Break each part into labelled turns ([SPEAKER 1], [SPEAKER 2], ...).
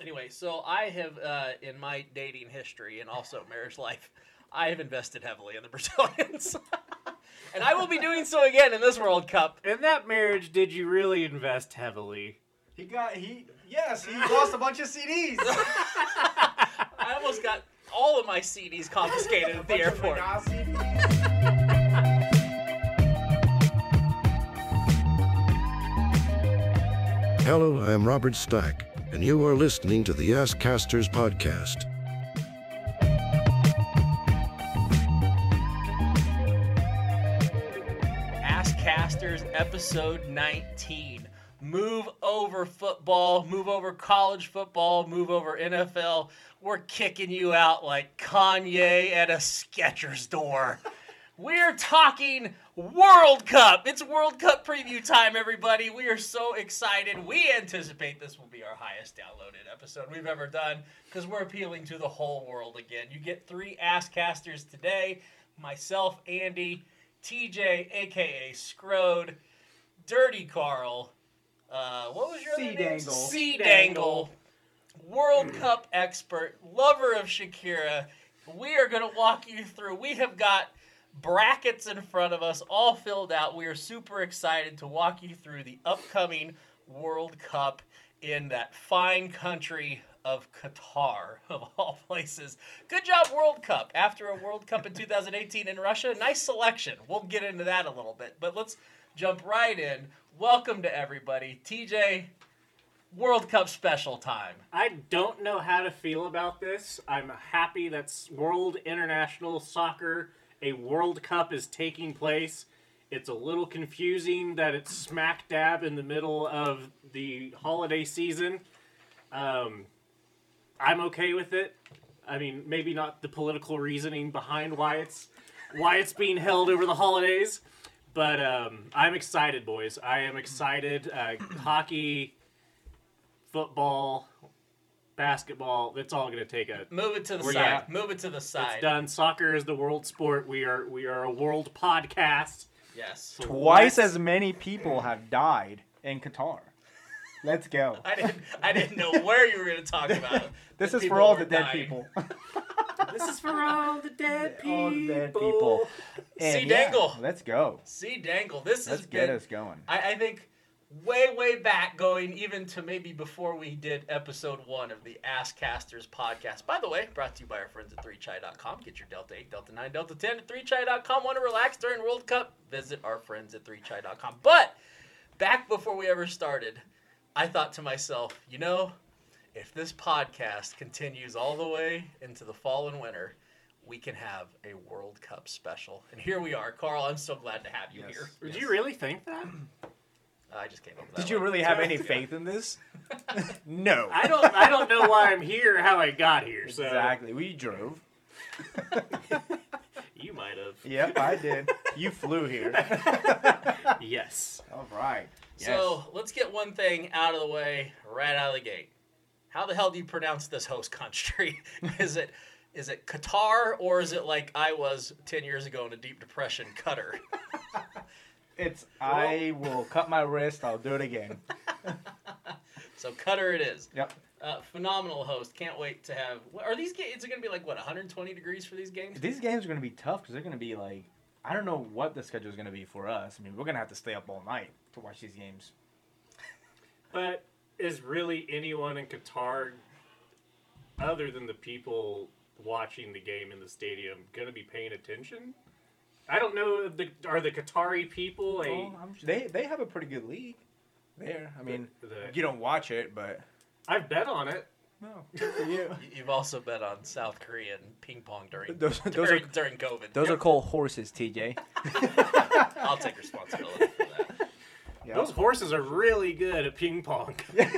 [SPEAKER 1] anyway, so I have uh, in my dating history and also marriage life, I have invested heavily in the Brazilians, and I will be doing so again in this World Cup.
[SPEAKER 2] In that marriage, did you really invest heavily?
[SPEAKER 3] He got he yes he lost a bunch of CDs.
[SPEAKER 1] I almost got all of my CDs confiscated at the airport.
[SPEAKER 4] Hello, I am Robert Stack, and you are listening to the Ask Casters podcast.
[SPEAKER 1] Ask Casters, episode 19. Move over football, move over college football, move over NFL. We're kicking you out like Kanye at a Skechers door. We're talking World Cup. It's World Cup preview time, everybody. We are so excited. We anticipate this will be our highest downloaded episode we've ever done because we're appealing to the whole world again. You get three ass casters today myself, Andy, TJ, aka Scrode, Dirty Carl. Uh, what was your
[SPEAKER 3] Sea
[SPEAKER 1] other name?
[SPEAKER 3] Dangle.
[SPEAKER 1] Sea Dangle. World Cup expert, lover of Shakira. We are going to walk you through. We have got brackets in front of us, all filled out. We are super excited to walk you through the upcoming World Cup in that fine country of Qatar, of all places. Good job, World Cup. After a World Cup in 2018 in Russia, nice selection. We'll get into that a little bit, but let's jump right in. Welcome to everybody. TJ, World Cup special time.
[SPEAKER 2] I don't know how to feel about this. I'm happy that s- World International Soccer, a World Cup, is taking place. It's a little confusing that it's smack dab in the middle of the holiday season. Um, I'm okay with it. I mean, maybe not the political reasoning behind why it's why it's being held over the holidays, but um, I'm excited, boys. I am excited. Uh, hockey, football, basketball. It's all going to take a.
[SPEAKER 1] Move it to the
[SPEAKER 2] We're
[SPEAKER 1] side.
[SPEAKER 2] at-
[SPEAKER 1] Move it to the
[SPEAKER 2] It's
[SPEAKER 1] side.
[SPEAKER 2] done. Soccer is the world sport. We are we are a world podcast.
[SPEAKER 1] Yes.
[SPEAKER 3] Twice as many people have died in Qatar. Let's go.
[SPEAKER 1] I didn't. I didn't know where you were going to talk about.
[SPEAKER 3] This
[SPEAKER 1] the
[SPEAKER 3] is
[SPEAKER 1] people
[SPEAKER 3] for all the
[SPEAKER 1] who were
[SPEAKER 3] dead
[SPEAKER 1] dying.
[SPEAKER 3] people.
[SPEAKER 2] This is for all the dead people.
[SPEAKER 3] all the dead people. And
[SPEAKER 1] See,
[SPEAKER 3] yeah,
[SPEAKER 1] Dangle.
[SPEAKER 3] let's go.
[SPEAKER 1] See, Dangle. This
[SPEAKER 3] Let's
[SPEAKER 1] has
[SPEAKER 3] get
[SPEAKER 1] been.
[SPEAKER 3] us going.
[SPEAKER 1] I, I think way way back, going even to maybe before we did episode one of the Ass Casters podcast. By the way, brought to you by our friends at 3chai.com. Get your Delta 8, Delta 9, Delta 10 at 3chai.com. Want to relax during World Cup? Visit our friends at 3chai.com. But back before we ever started, I thought to myself, you know, if this podcast continues all the way into the fall and winter, we can have a World Cup special. And here we are. Carl, I'm so glad to have you here.
[SPEAKER 2] Did you really think that?
[SPEAKER 1] I just came up with that.
[SPEAKER 5] Did you
[SPEAKER 1] one.
[SPEAKER 5] really have any faith in this? no.
[SPEAKER 2] I don't I don't know why I'm here, or how I got here. So
[SPEAKER 5] Exactly. We drove.
[SPEAKER 2] you might have.
[SPEAKER 5] Yep, I did. You flew here.
[SPEAKER 2] Yes.
[SPEAKER 5] All right.
[SPEAKER 1] So let's get one thing out of the way right out of the gate. How the hell do you pronounce this host country? is it is it Qatar or is it like I was ten years ago in a deep depression, Qatar?
[SPEAKER 5] It's
[SPEAKER 3] I will cut my wrist. I'll do it again.
[SPEAKER 1] so Qatar it is.
[SPEAKER 5] Yep.
[SPEAKER 1] Uh, phenomenal host. Can't wait to have. Are these games? It's going to be like what 120 degrees for these games.
[SPEAKER 5] These games are going to be tough because they're going to be like, I don't know what the schedule is going to be for us. I mean, we're going to have to stay up all night to watch these games.
[SPEAKER 2] But is really anyone in Qatar, other than the people watching the game in the stadium, gonna be paying attention? I don't know. if The, are the Qatari people a?
[SPEAKER 5] Oh, I'm- they, they have a pretty good league there. I mean,
[SPEAKER 2] The-
[SPEAKER 5] you don't watch it, but.
[SPEAKER 2] I've bet on it.
[SPEAKER 5] No, good for you.
[SPEAKER 1] You- You've also bet on South Korea and ping pong during
[SPEAKER 5] Those- those
[SPEAKER 1] during,
[SPEAKER 5] are-
[SPEAKER 1] during COVID.
[SPEAKER 5] Those are called horses, TJ.
[SPEAKER 1] I'll take responsibility for that.
[SPEAKER 2] Those horses are really good at ping pong.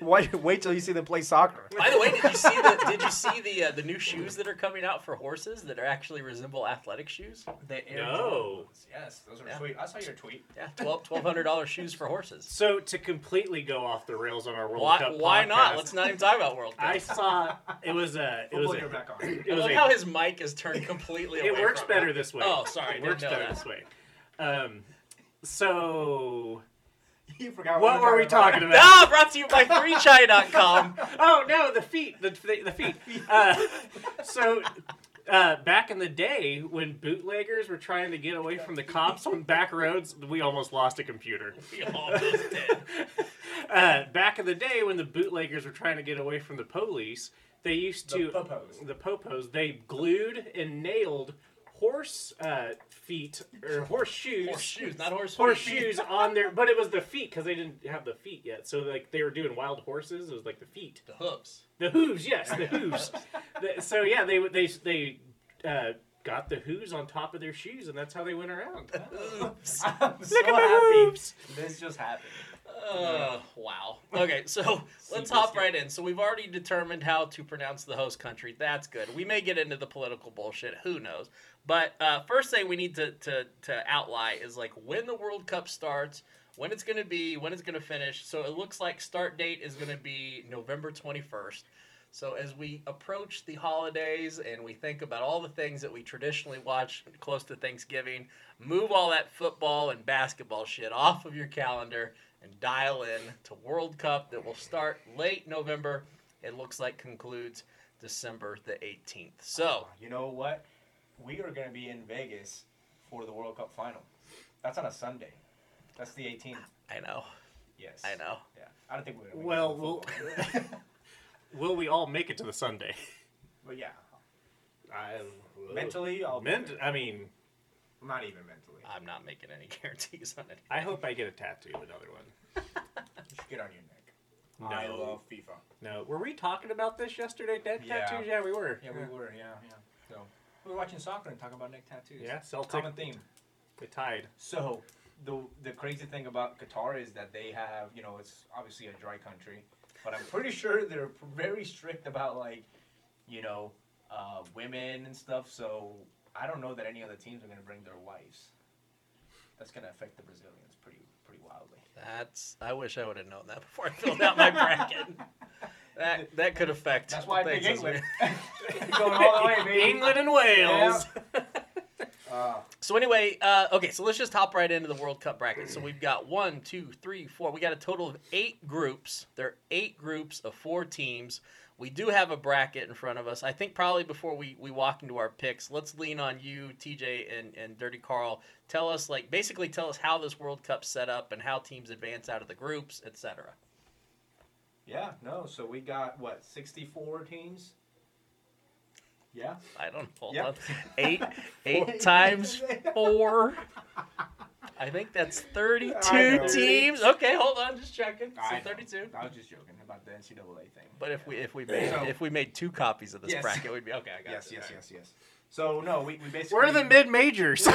[SPEAKER 5] Why, wait till you see them play soccer.
[SPEAKER 1] By the way, did you see the did you see the uh, the new shoes that are coming out for horses that are actually resemble athletic shoes?
[SPEAKER 5] The Air
[SPEAKER 2] No.
[SPEAKER 5] Jordans. Yes, those are
[SPEAKER 1] Yeah.
[SPEAKER 5] sweet. I saw your tweet.
[SPEAKER 1] Yeah, twelve twelve hundred dollars shoes for horses.
[SPEAKER 2] So to completely go off the rails on our World
[SPEAKER 1] Why,
[SPEAKER 2] Cup
[SPEAKER 1] why not?
[SPEAKER 2] podcast,
[SPEAKER 1] Let's not even talk about World Cup.
[SPEAKER 2] I saw it was a. It was
[SPEAKER 5] We'll go
[SPEAKER 2] a.
[SPEAKER 5] back on.
[SPEAKER 2] It
[SPEAKER 1] I
[SPEAKER 2] was
[SPEAKER 1] love
[SPEAKER 2] a
[SPEAKER 1] how his mic is turned completely away.
[SPEAKER 2] it works
[SPEAKER 1] from
[SPEAKER 2] better this way.
[SPEAKER 1] Oh, sorry,
[SPEAKER 2] It
[SPEAKER 1] didn't
[SPEAKER 2] works
[SPEAKER 1] know
[SPEAKER 2] better
[SPEAKER 1] that.
[SPEAKER 2] this way. Um, so
[SPEAKER 5] You forgot
[SPEAKER 2] What were we talking about?
[SPEAKER 1] Ah, brought to you by 3chai.com.
[SPEAKER 2] Oh no, the feet, the the, the feet. Uh, so. Uh, back in the day, when bootleggers were trying to get away from the cops on back roads, we almost lost a computer.
[SPEAKER 1] We almost did.
[SPEAKER 2] Uh, back in the day, when the bootleggers were trying to get away from the police, they used to
[SPEAKER 5] popos.
[SPEAKER 2] the popos. They glued and nailed horse uh, feet or horse shoes,
[SPEAKER 1] Horse shoes, not horse
[SPEAKER 2] horse
[SPEAKER 1] feet.
[SPEAKER 2] shoes on their. But it was the feet because they didn't have the feet yet. So like they were doing wild horses. It was like the feet.
[SPEAKER 1] The hooves.
[SPEAKER 2] The hooves, yes, the hooves. The- so yeah, they they they uh, got the hooves on top of their shoes, and that's how they went around.
[SPEAKER 1] Hooves.
[SPEAKER 5] I'm so
[SPEAKER 2] Look at my
[SPEAKER 5] happy
[SPEAKER 2] hooves.
[SPEAKER 5] this just happened.
[SPEAKER 1] Uh, wow. Okay, so let's hop right in. So we've already determined how to pronounce the host country. That's good. We may get into the political bullshit. Who knows? But uh, first thing we need to, to, to outline is like when the World Cup starts, when it's going to be, when it's going to finish. So it looks like start date is going to be November 21st. So as we approach the holidays and we think about all the things that we traditionally watch close to Thanksgiving, move all that football and basketball shit off of your calendar and dial in to World Cup that will start late November. It looks like concludes December the 18th. So
[SPEAKER 5] You know what? We are going to be in Vegas for the World Cup final. That's on a Sunday. That's the 18th.
[SPEAKER 1] I know,
[SPEAKER 5] Yes.
[SPEAKER 1] I know.
[SPEAKER 5] Yeah. I don't think we're going to.
[SPEAKER 2] Well, we'll will we all make it to the Sunday?
[SPEAKER 5] But yeah,
[SPEAKER 2] I,
[SPEAKER 5] mentally, I'll be
[SPEAKER 2] Ment-
[SPEAKER 5] there.
[SPEAKER 2] I mean,
[SPEAKER 5] not even mentally.
[SPEAKER 1] I'm not making any guarantees on it.
[SPEAKER 2] I hope I get a tattoo. Another one.
[SPEAKER 5] You should get on your neck.
[SPEAKER 2] No,
[SPEAKER 5] I love FIFA.
[SPEAKER 2] no. Were we talking about this yesterday? Dead
[SPEAKER 5] Yeah.
[SPEAKER 2] tattoos? Yeah, we were.
[SPEAKER 5] Yeah, we were. Yeah, yeah. So we were watching soccer and talking about neck tattoos.
[SPEAKER 2] Yeah, Celtic.
[SPEAKER 5] common theme.
[SPEAKER 2] The tide.
[SPEAKER 5] So the the crazy thing about Qatar is that they have you know it's obviously a dry country, but I'm pretty sure they're very strict about like you know uh, women and stuff. So I don't know that any other teams are going to bring their wives. That's going to affect the Brazilians pretty pretty wildly.
[SPEAKER 1] That's. I wish I would have known that before I filled out my bracket. That that could affect.
[SPEAKER 5] That's why I
[SPEAKER 1] things
[SPEAKER 5] picked
[SPEAKER 1] as we-
[SPEAKER 5] England. Going all the way, baby.
[SPEAKER 2] England and Wales.
[SPEAKER 1] So anyway, uh, okay, so let's just hop right into the World Cup bracket. So we've got one, two, three, four. We got a total of eight groups. There are eight groups of four teams. We do have a bracket in front of us. I think probably before we, we walk into our picks, let's lean on you, TJ, and, and Dirty Carl. Tell us, like, basically tell us how this World Cup's set up and how teams advance out of the groups, etc.
[SPEAKER 5] Yeah, no. So we got what 64 teams. Yeah.
[SPEAKER 1] I don't hold
[SPEAKER 5] Yep.
[SPEAKER 1] on. Eight, eight times four. I think that's
[SPEAKER 5] I
[SPEAKER 1] 32
[SPEAKER 5] know.
[SPEAKER 1] teams. Okay, hold on, just checking. So
[SPEAKER 5] I know.
[SPEAKER 1] 32.
[SPEAKER 5] I was just joking about the NCAA thing.
[SPEAKER 1] But if we if we made
[SPEAKER 5] So-
[SPEAKER 1] if we made two copies of this
[SPEAKER 5] Yes.
[SPEAKER 1] bracket, we'd be okay. I got
[SPEAKER 5] yes,
[SPEAKER 1] it.
[SPEAKER 5] yes, yes, yes. So no, we, we basically
[SPEAKER 2] We're the mid majors.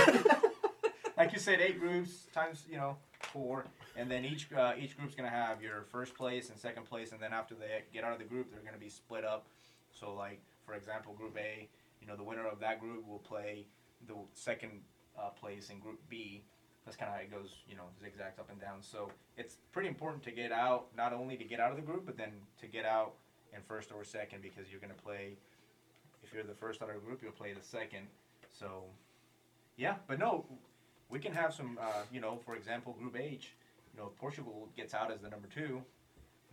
[SPEAKER 5] like you said, eight groups times you know four, and then each uh, each group's gonna have your first place and second place, and then after they get out of the group, they're gonna be split up. So like for example, Group A, you know the winner of that group will play the second uh, place in Group B. That's kind of how it goes, you know, zigzags up and down. So it's pretty important to get out, not only to get out of the group, but then to get out in first or second because you're gonna play. If you're the first out of the group, you'll play the second. So, yeah, but no, we can have some, uh, you know, for example, Group H. You know, if Portugal gets out as the number two,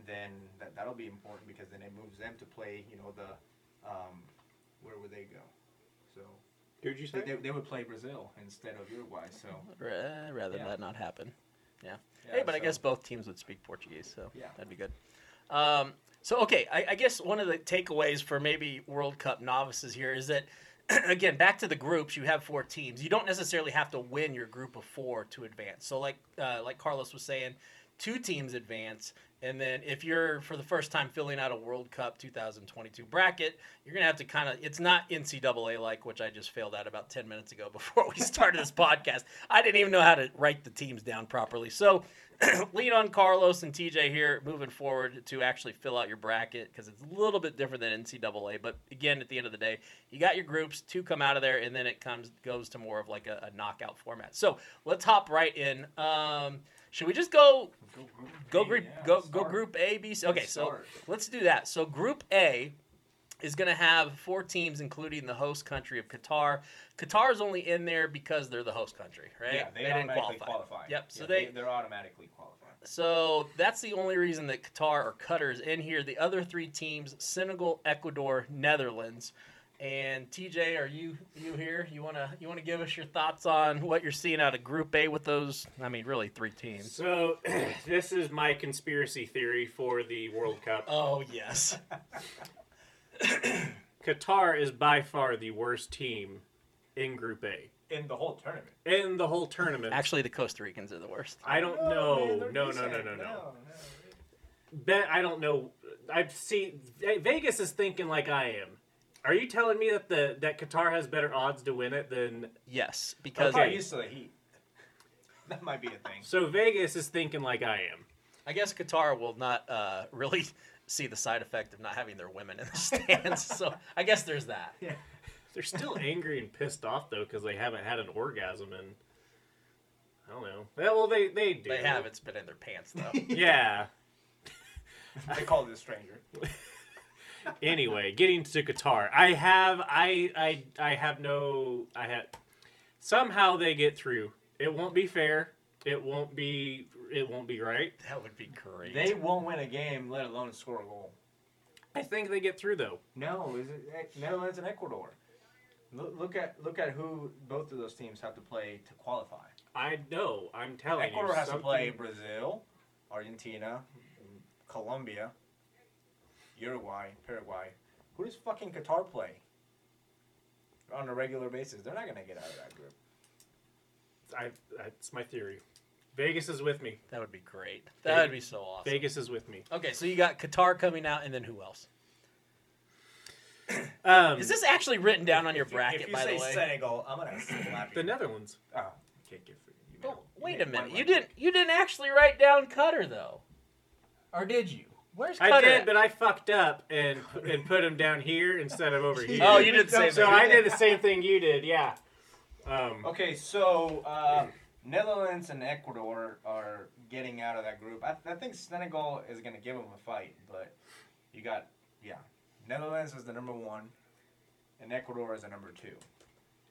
[SPEAKER 5] then that that'll be important because then it moves them to play. You know, the um, where would they go? So
[SPEAKER 2] Did you
[SPEAKER 5] they, they, they would play Brazil instead of Uruguay. So
[SPEAKER 1] Ra- rather
[SPEAKER 5] Yeah.
[SPEAKER 1] that not happen. Yeah.
[SPEAKER 5] Yeah,
[SPEAKER 1] hey, but I
[SPEAKER 5] so-
[SPEAKER 1] guess both teams would speak Portuguese, so
[SPEAKER 5] Yeah.
[SPEAKER 1] that'd be good. Um, so okay, I, I guess one of the takeaways for maybe World Cup novices here is that again, back to the groups, you have four teams. You don't necessarily have to win your group of four to advance. So like uh, like Carlos was saying, two teams advance. And then if you're for the first time filling out a World Cup 2022 bracket, you're gonna have to kind of. It's not NCAA like, which I just failed at about 10 minutes ago before we started this podcast. I didn't even know how to write the teams down properly. So lean on Carlos and TJ here moving forward to actually fill out your bracket because it's a little bit different than NCAA. But again, at the end of the day, you got your groups. Two come out of there, and then it comes goes to more of like a, a knockout format. So let's hop right in. Um, should we just go Go
[SPEAKER 5] go Group A,
[SPEAKER 1] group,
[SPEAKER 5] yeah,
[SPEAKER 1] go go
[SPEAKER 5] start.
[SPEAKER 1] group A, B, C. Okay, so
[SPEAKER 5] start.
[SPEAKER 1] let's do that. So group A is going to have four teams, including the host country of Qatar. Qatar is only in there because they're the host country, right?
[SPEAKER 5] Yeah, they, automatically qualify.
[SPEAKER 1] Yep. So
[SPEAKER 5] Yeah,
[SPEAKER 1] they,
[SPEAKER 5] they're automatically qualified.
[SPEAKER 1] So that's the only reason that Qatar or Qatar is in here. The other three teams: Senegal, Ecuador, Netherlands. And TJ, are you you here? You wanna you wanna give us your thoughts on what you're seeing out of Group A with those? I mean, really three teams.
[SPEAKER 2] So, this is my conspiracy theory for the World Cup.
[SPEAKER 1] Oh yes.
[SPEAKER 2] Qatar is by far the worst team in Group A
[SPEAKER 5] in the whole tournament.
[SPEAKER 2] in the whole tournament.
[SPEAKER 1] Actually, the Costa Ricans are the worst.
[SPEAKER 2] I don't
[SPEAKER 5] Oh, man,
[SPEAKER 2] know.
[SPEAKER 5] they're
[SPEAKER 2] No, no, no,
[SPEAKER 5] decent.
[SPEAKER 2] no, no. Bet I don't know. I see. Ve- Vegas is thinking like I am. Are you telling me that the that Qatar has better odds to win it than?
[SPEAKER 1] Yes,
[SPEAKER 5] They're
[SPEAKER 1] because
[SPEAKER 5] probably used to the heat. That might be a thing.
[SPEAKER 2] So Vegas is thinking like I am.
[SPEAKER 1] I guess Qatar will not uh, really see the side effect of not having their women in the stands. so I guess there's that.
[SPEAKER 2] They're still angry and pissed off though because they haven't had an orgasm in. I don't know. Well, they they do.
[SPEAKER 1] They haven't spit in their pants though.
[SPEAKER 2] Yeah.
[SPEAKER 5] They called it a stranger.
[SPEAKER 2] anyway, getting to Qatar, I have I I I have no I had somehow they get through. It won't be fair. It won't be it won't be right.
[SPEAKER 1] that would be great.
[SPEAKER 5] They won't win a game, let alone score a goal.
[SPEAKER 2] I think they get through though.
[SPEAKER 5] No, is it E- Netherlands and Ecuador? Look, look at look at who both of those teams have to play to qualify.
[SPEAKER 2] I know. I'm telling you.
[SPEAKER 5] Ecuador has to
[SPEAKER 2] something-
[SPEAKER 5] play Brazil, Argentina, Colombia, Uruguay, Paraguay. Who does fucking Qatar play on a regular basis? They're not gonna get out of that group.
[SPEAKER 2] I, that's my theory. Vegas is with me.
[SPEAKER 1] that would be great. That would be so awesome.
[SPEAKER 2] Vegas is with me.
[SPEAKER 1] Okay, so you got Qatar coming out, and then who else?
[SPEAKER 2] Um,
[SPEAKER 1] Is this actually written down on your bracket?
[SPEAKER 5] if you
[SPEAKER 1] By
[SPEAKER 5] say
[SPEAKER 1] the way,
[SPEAKER 5] Senegal, I'm gonna slap
[SPEAKER 2] the
[SPEAKER 5] you.
[SPEAKER 2] Netherlands?
[SPEAKER 5] oh, can't get through. You
[SPEAKER 1] But
[SPEAKER 5] made- you
[SPEAKER 1] wait
[SPEAKER 5] made
[SPEAKER 1] a
[SPEAKER 5] one
[SPEAKER 1] minute. You
[SPEAKER 5] right.
[SPEAKER 1] didn't. You didn't actually write down Qatar though, or did you? Where's Qatar?
[SPEAKER 2] I did,
[SPEAKER 1] at?
[SPEAKER 2] but I fucked up and and put him down here instead of over here.
[SPEAKER 1] Oh, you did the same
[SPEAKER 2] So
[SPEAKER 1] thing. Oh.
[SPEAKER 2] I did the same thing you did. Yeah. Um,
[SPEAKER 5] Okay, so uh, Netherlands and Ecuador are getting out of that group. I, I think Senegal is going to give them a fight, but you got, yeah. Netherlands is the number one, and Ecuador is the number two.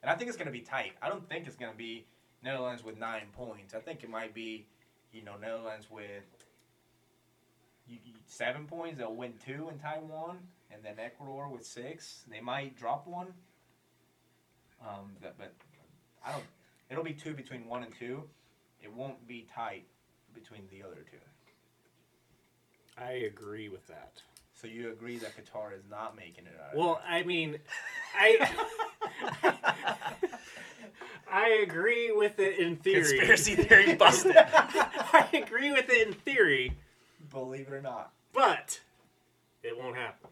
[SPEAKER 5] And I think it's going to be tight. I don't think it's going to be Netherlands with nine points. I think it might be, you know, Netherlands with you- you- seven points. They'll win two and tie one, and then Ecuador with six. They might drop one. Um, that, but I don't. It'll be two between one and two. It won't be tight between the other two.
[SPEAKER 2] I agree with that.
[SPEAKER 5] So you agree that Qatar is not making it out?
[SPEAKER 2] Well, I mean, I I agree with it in theory.
[SPEAKER 1] Conspiracy theory busted.
[SPEAKER 2] I agree with it in theory,
[SPEAKER 5] believe it or not.
[SPEAKER 2] but it won't happen.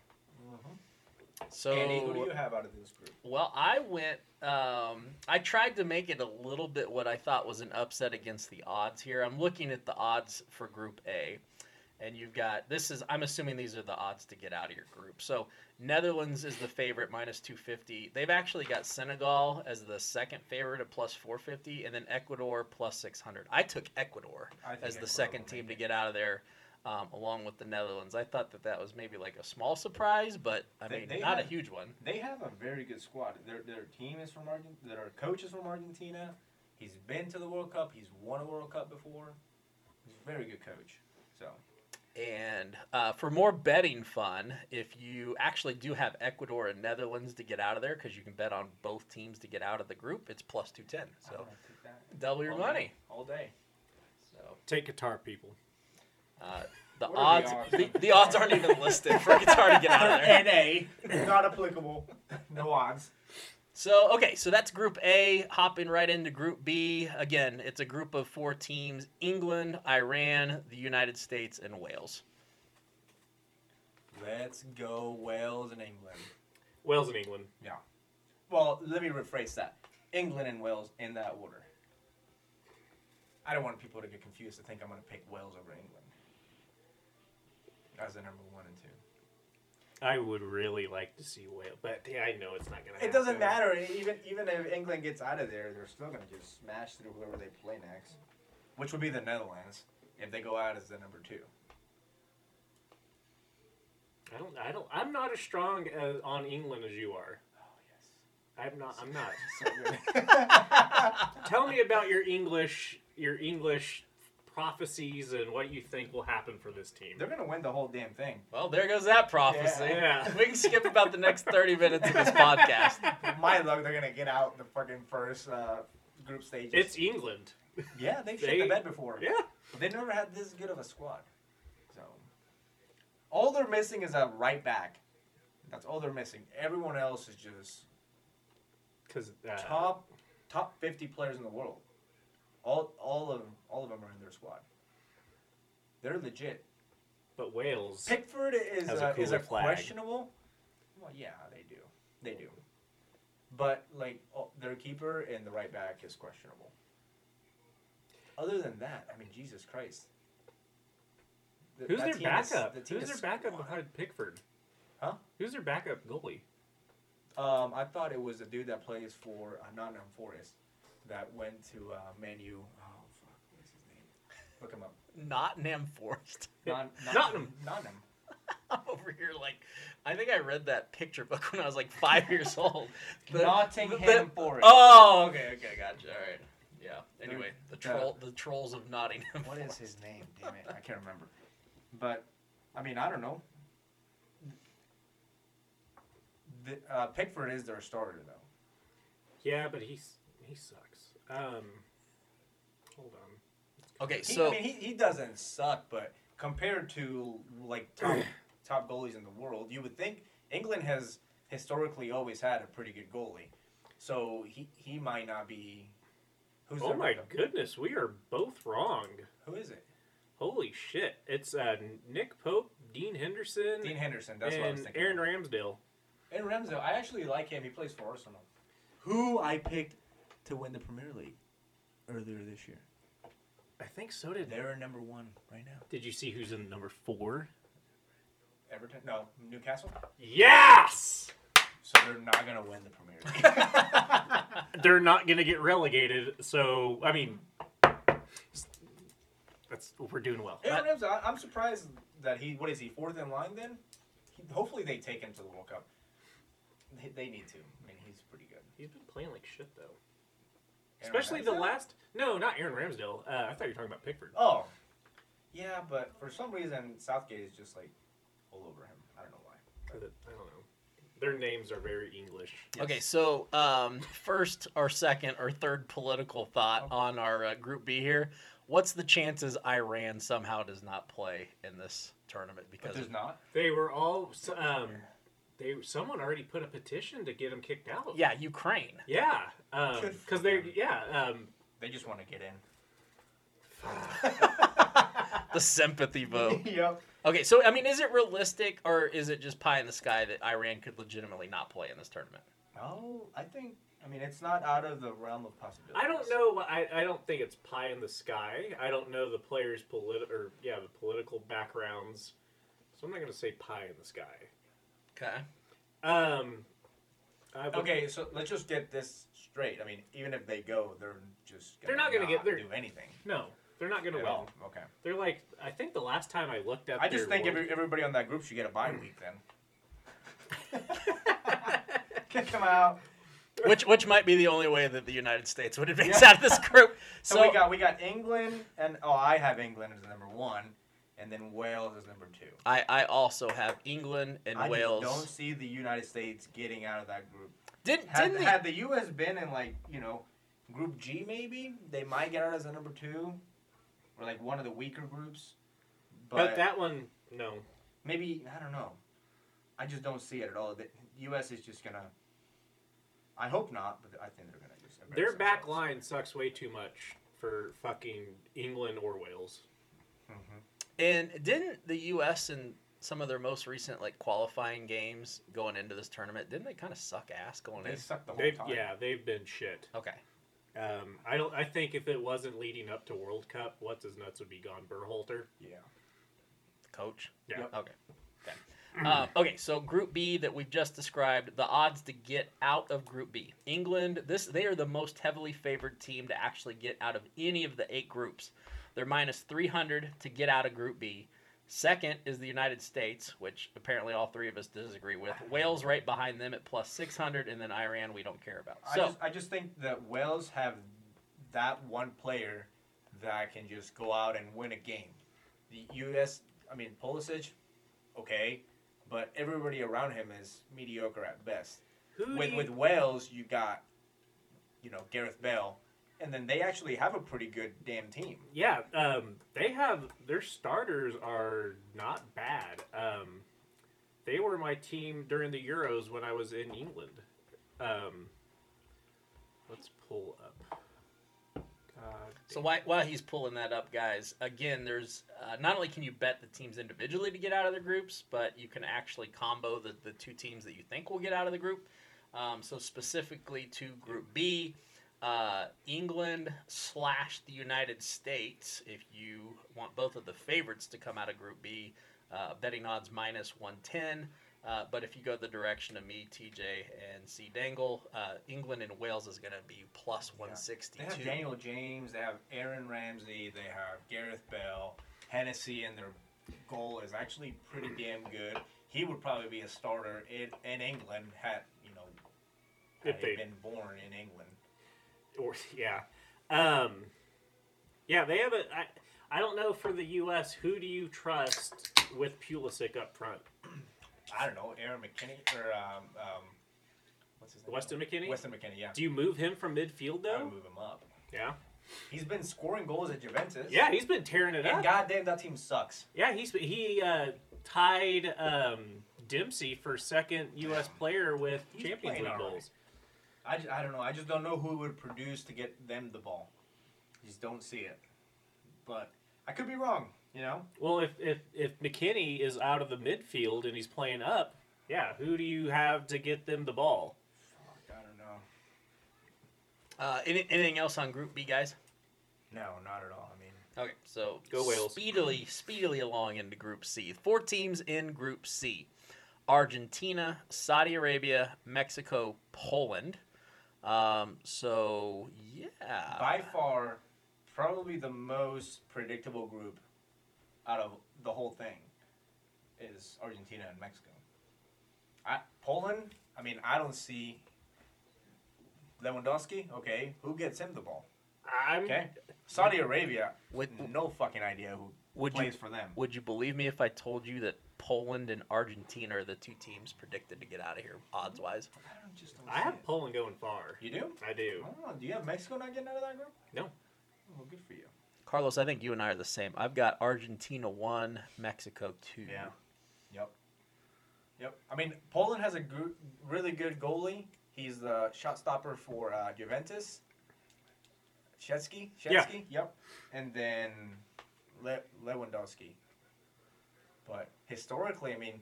[SPEAKER 1] so
[SPEAKER 5] Andy, who do you have out of this group?
[SPEAKER 1] Well, I went. Um, I tried to make it a little bit what I thought was an upset against the odds here. I'm looking at the odds for Group A, and you've got this is. I'm assuming these are the odds to get out of your group. So Netherlands is the favorite minus 250. They've actually got Senegal as the second favorite at plus 450, and then Ecuador plus 600. I took Ecuador
[SPEAKER 5] I think
[SPEAKER 1] as the
[SPEAKER 5] Ecuador
[SPEAKER 1] second
[SPEAKER 5] will
[SPEAKER 1] team
[SPEAKER 5] make
[SPEAKER 1] to
[SPEAKER 5] it.
[SPEAKER 1] get out of there. Um, along with the Netherlands, I thought that that was maybe like a small surprise, but I
[SPEAKER 5] They-
[SPEAKER 1] mean,
[SPEAKER 5] they
[SPEAKER 1] not a
[SPEAKER 5] had-
[SPEAKER 1] huge one.
[SPEAKER 5] They have a very good squad. Their their team is from Argentina. Their coach is from Argentina. He's been to the World Cup. He's won a World Cup before. He's a very good coach. So
[SPEAKER 1] And uh, for more betting fun, if you actually do have Ecuador and Netherlands to get out of there, because you can bet on both teams to get out of the group, it's plus 210.
[SPEAKER 5] I'm
[SPEAKER 1] So
[SPEAKER 5] gonna take that
[SPEAKER 1] double your
[SPEAKER 5] all
[SPEAKER 1] money.
[SPEAKER 5] day- all day.
[SPEAKER 1] So
[SPEAKER 2] Take guitar, people.
[SPEAKER 1] uh, the
[SPEAKER 5] What are the
[SPEAKER 1] odds
[SPEAKER 5] odds
[SPEAKER 1] the,
[SPEAKER 5] on
[SPEAKER 1] the odds aren't even listed for Qatar to get out of there.
[SPEAKER 5] Na, not applicable. No odds.
[SPEAKER 1] So okay, so that's Group A. Hopping right into Group B. Again, it's a group of four teams: England, Iran, the United States, and Wales.
[SPEAKER 5] Let's go Wales and England.
[SPEAKER 2] Wales and England.
[SPEAKER 5] Well, let me rephrase that. England and Wales in that order. I don't want people to get confused to think I'm going to pick Wales over England as the number one and two.
[SPEAKER 2] I would really like to see Wales, but yeah, I know it's not gonna. happen.
[SPEAKER 5] It doesn't matter. E-, Even even if England gets out of there, they're still going to just smash through whoever they play next, which would be the Netherlands if they go out as the number two.
[SPEAKER 2] I don't. I don't. I'm not as strong as, on England as you are.
[SPEAKER 5] Oh yes.
[SPEAKER 2] I'm not. I'm not.
[SPEAKER 5] So good.
[SPEAKER 2] Tell me about your English. Your English prophecies and what you think will happen for this team.
[SPEAKER 5] They're gonna win the whole damn thing.
[SPEAKER 1] Well, there goes that prophecy.
[SPEAKER 2] Yeah.
[SPEAKER 1] We can skip about the next 30 minutes of this podcast.
[SPEAKER 5] With my luck, they're gonna get out the fucking first uh, group stage.
[SPEAKER 2] It's England.
[SPEAKER 5] yeah, they've
[SPEAKER 2] they-
[SPEAKER 5] shit the bed before.
[SPEAKER 2] Yeah.
[SPEAKER 5] They never had this good of a squad. So all they're missing is a right back. That's all they're missing. Everyone else is just
[SPEAKER 2] Because uh,
[SPEAKER 5] top top fifty players in the world. All all of all of them are in their squad. They're legit.
[SPEAKER 2] but Wales.
[SPEAKER 5] Pickford is
[SPEAKER 2] Has
[SPEAKER 5] a,
[SPEAKER 2] a
[SPEAKER 5] is
[SPEAKER 2] cooler
[SPEAKER 5] a
[SPEAKER 2] flag.
[SPEAKER 5] questionable. Well, yeah, they do. They do. But like oh, their keeper and the right back is questionable. Other than that, I mean, Jesus Christ. Th-
[SPEAKER 2] Who's
[SPEAKER 5] that
[SPEAKER 2] their
[SPEAKER 5] team is-
[SPEAKER 2] backup?
[SPEAKER 5] that team
[SPEAKER 2] Who's their
[SPEAKER 5] is
[SPEAKER 2] backup
[SPEAKER 5] squad.
[SPEAKER 2] behind Pickford?
[SPEAKER 5] Huh?
[SPEAKER 2] Who's their backup goalie?
[SPEAKER 5] Um, I thought it was a dude that plays for uh, Nottingham Forest that went to uh, Man U. Oh fuck, what's his name? Look him up.
[SPEAKER 1] Nottingham Forest.
[SPEAKER 5] Non-
[SPEAKER 2] Nottingham.
[SPEAKER 5] Nottingham.
[SPEAKER 1] I'm over here like, I think I read that picture book when I was like five years old.
[SPEAKER 5] Nottingham Forest.
[SPEAKER 1] Oh, okay, okay, gotcha. All right. Yeah. Anyway, the troll, the trolls of Nottingham.
[SPEAKER 5] What is his name? Damn it, I can't remember. But I mean, I don't know. The, uh, Pickford is their starter though.
[SPEAKER 2] Yeah, but he's he sucks. Um, hold on.
[SPEAKER 1] Okay,
[SPEAKER 5] He,
[SPEAKER 1] so
[SPEAKER 5] I mean, he, he doesn't suck, but compared to like top top goalies in the world, you would think England has historically always had a pretty good goalie. So he he might not be. Who's
[SPEAKER 2] Oh
[SPEAKER 5] their
[SPEAKER 2] my
[SPEAKER 5] backup?
[SPEAKER 2] goodness, we are both wrong.
[SPEAKER 5] Who is it?
[SPEAKER 2] Holy shit! It's uh, Nick Pope, Dean Henderson,
[SPEAKER 5] Dean Henderson. That's what I was
[SPEAKER 2] and
[SPEAKER 5] thinking.
[SPEAKER 2] Aaron Ramsdale.
[SPEAKER 5] And Ramsdale, I actually like him. He plays for Arsenal. Who I picked to win the Premier League earlier this year.
[SPEAKER 2] I think so did.
[SPEAKER 5] They're number one right now.
[SPEAKER 2] Did you see who's in number four?
[SPEAKER 5] Everton? No, Newcastle.
[SPEAKER 2] Yes.
[SPEAKER 5] So they're not gonna win the Premier League.
[SPEAKER 2] They're not gonna get relegated. So I mean, that's we're doing well.
[SPEAKER 5] Aaron Ramsdale, I- I'm surprised that he. What is he fourth in line then? He, hopefully they take him to the World Cup. They, they need to. I mean, he's pretty good.
[SPEAKER 2] He's been playing like shit though.
[SPEAKER 5] Aaron
[SPEAKER 2] Especially the
[SPEAKER 5] Ramsdale?
[SPEAKER 2] last. No, not Aaron Ramsdale. Uh, I thought you were talking about Pickford.
[SPEAKER 5] Oh, yeah, but for some reason Southgate is just like all over him. I don't know why.
[SPEAKER 2] I don't know. Their names are very English.
[SPEAKER 1] Okay, so um, first or second or third political thought on our uh, group B here. What's the chances Iran somehow does not play in this tournament
[SPEAKER 5] But
[SPEAKER 1] because
[SPEAKER 5] there's
[SPEAKER 1] of,
[SPEAKER 5] not.
[SPEAKER 2] They were all. Um, they someone already put a petition to get them kicked out.
[SPEAKER 1] yeah, Ukraine.
[SPEAKER 2] Yeah.
[SPEAKER 5] Good for
[SPEAKER 2] Because they.
[SPEAKER 5] them.
[SPEAKER 2] Yeah. Um,
[SPEAKER 5] They just want to get in.
[SPEAKER 1] The sympathy vote.
[SPEAKER 5] yep.
[SPEAKER 1] Okay, so I mean, is it realistic or is it just pie in the sky that Iran could legitimately not play in this tournament?
[SPEAKER 5] No, Oh, I think. I mean, it's not out of the realm of possibility.
[SPEAKER 2] I don't know. what- I, I don't think it's pie in the sky. I don't know the players' polit or yeah the political backgrounds. So I'm not gonna say pie in the sky.
[SPEAKER 1] Okay.
[SPEAKER 2] Um. I would-
[SPEAKER 5] Okay, so let's just get this straight. I mean, even if they go, they're just
[SPEAKER 2] They're not gonna get- they're-
[SPEAKER 5] do anything
[SPEAKER 2] No, they're not gonna
[SPEAKER 5] at
[SPEAKER 2] win.
[SPEAKER 5] all. Okay.
[SPEAKER 2] They're like I think the last time I looked at.
[SPEAKER 5] I just
[SPEAKER 2] their
[SPEAKER 5] think
[SPEAKER 2] world-
[SPEAKER 5] every, everybody on that group should get a
[SPEAKER 2] Mm.
[SPEAKER 5] bye week then. Kick them out.
[SPEAKER 1] Which which might be the only way that the United States would advance out of this group.
[SPEAKER 5] So,
[SPEAKER 1] So,
[SPEAKER 5] we got we got England and oh I have England as number one, and then Wales is number two.
[SPEAKER 1] I I also have England and
[SPEAKER 5] I
[SPEAKER 1] Wales.
[SPEAKER 5] just don't see the United States getting out of that group.
[SPEAKER 1] Didn't
[SPEAKER 5] Had,
[SPEAKER 1] didn't they-
[SPEAKER 5] had the U.S. been in like you know, Group G maybe they might get out as a number two, or like one of the weaker groups.
[SPEAKER 2] But, that one, no.
[SPEAKER 5] maybe I don't know. I just don't see it at all. The U.S. is just gonna. I hope not, but I think they're gonna just. embarrass
[SPEAKER 2] Their back
[SPEAKER 5] themselves.
[SPEAKER 2] line sucks way too much for fucking England or Wales.
[SPEAKER 1] And didn't the U.S. in some of their most recent like qualifying games going into this tournament, didn't they kind of suck ass going
[SPEAKER 5] They
[SPEAKER 1] in?
[SPEAKER 5] suck the whole
[SPEAKER 2] They've
[SPEAKER 5] time.
[SPEAKER 2] yeah, they've been shit.
[SPEAKER 1] Okay.
[SPEAKER 2] Um, I don't. I think if it wasn't leading up to World Cup, what's his nuts would be gone. Burholter.
[SPEAKER 5] Yeah.
[SPEAKER 1] Coach.
[SPEAKER 2] Yeah.
[SPEAKER 1] Okay. Okay. Um, okay. So Group B that we've just described, the odds to get out of Group B. England. This they are the most heavily favored team to actually get out of any of the eight groups. They're minus 300 to get out of Group B. Second is the United States, which apparently all three of us disagree with. Wales right behind them at plus 600, and then Iran we don't care about.
[SPEAKER 5] I
[SPEAKER 1] So
[SPEAKER 5] just I just think that Wales have that one player that can just go out and win a game. The U.S. I mean Pulisic, okay, but everybody around him is mediocre at best.
[SPEAKER 2] Who
[SPEAKER 5] With
[SPEAKER 2] do
[SPEAKER 5] with
[SPEAKER 2] you-
[SPEAKER 5] Wales, you got, you know, Gareth Bale, and then they actually have a pretty good damn team.
[SPEAKER 2] Yeah, um, they have their starters are not bad. Um, they were my team during the Euros when I was in England. Um, let's pull up. God,
[SPEAKER 1] So while, while he's pulling that up, guys, again, there's uh, not only can you bet the teams individually to get out of their groups, but you can actually combo the, the two teams that you think will get out of the group. Um, so specifically to Group B, uh, England slash the United States. If you want both of the favorites to come out of Group B, uh, betting odds minus 110. Uh, but if you go the direction of me, TJ, and C. Dangle, uh, England and Wales is going to be plus 162.
[SPEAKER 5] They have Daniel James. They have Aaron Ramsey. They have Gareth Bell. Hennessy and their goal is actually pretty damn good. He would probably be a starter in, in England had you know had
[SPEAKER 2] If
[SPEAKER 5] he
[SPEAKER 2] they-
[SPEAKER 5] been born in England.
[SPEAKER 2] or yeah, um, yeah, they have a. I, I don't know for the U.S. Who do you trust with Pulisic up front?
[SPEAKER 5] I don't know Aaron McKinney or um, um what's his name?
[SPEAKER 2] Weston McKennie?
[SPEAKER 5] Weston McKinney. Yeah,
[SPEAKER 2] Do you move him from midfield
[SPEAKER 5] I would
[SPEAKER 2] though?
[SPEAKER 5] move him up.
[SPEAKER 2] Yeah,
[SPEAKER 5] He's been scoring goals at Juventus.
[SPEAKER 2] yeah, he's been tearing it
[SPEAKER 5] And
[SPEAKER 2] up.
[SPEAKER 5] goddamn, that team sucks.
[SPEAKER 2] Yeah, he's he uh, tied um, Dempsey for second U.S. player with
[SPEAKER 5] He's
[SPEAKER 2] Champions
[SPEAKER 5] playing
[SPEAKER 2] League
[SPEAKER 5] all right.
[SPEAKER 2] goals.
[SPEAKER 5] I, ju- I don't know. I just don't know who would produce to get them the ball. Just don't see it. But I could be wrong. You know,
[SPEAKER 2] Well, if if if McKinney is out of the midfield and he's playing up, yeah, who do you have to get them the ball?
[SPEAKER 5] Fuck, I don't know.
[SPEAKER 1] Uh, any, anything else on Group B, guys?
[SPEAKER 5] No, not at all. I mean,
[SPEAKER 1] Okay, so
[SPEAKER 2] Go Wales.
[SPEAKER 1] Speedily, speedily along into Group C. Four teams in Group C: Argentina, Saudi Arabia, Mexico, Poland. Um, so yeah,
[SPEAKER 5] by far, probably the most predictable group out of the whole thing is Argentina and Mexico. I, Poland, I mean, I don't see Lewandowski. Okay, who gets him the ball?
[SPEAKER 2] I'm
[SPEAKER 5] Okay, Saudi Arabia. With
[SPEAKER 1] Would-
[SPEAKER 5] no fucking idea who
[SPEAKER 1] Would you-
[SPEAKER 5] plays for them.
[SPEAKER 1] would you believe me if I told you that Poland and Argentina are the two teams predicted to get out of here odds-wise?
[SPEAKER 5] I don't just don't
[SPEAKER 2] I
[SPEAKER 5] see
[SPEAKER 2] have
[SPEAKER 5] it.
[SPEAKER 2] Poland going far.
[SPEAKER 5] You do?
[SPEAKER 2] I do.
[SPEAKER 5] Oh, do you have Mexico not getting out of that group?
[SPEAKER 2] No.
[SPEAKER 5] Well, good for you.
[SPEAKER 1] Carlos, I think you and I are the same. I've got Argentina one, Mexico two.
[SPEAKER 5] Yeah. Yep. Yep. I mean, Poland has a gr- really good goalie. He's the shot stopper for uh, Juventus. Shetsky?
[SPEAKER 2] Yeah.
[SPEAKER 5] Shetsky? Yep. And then Le- Lewandowski. But historically, I mean,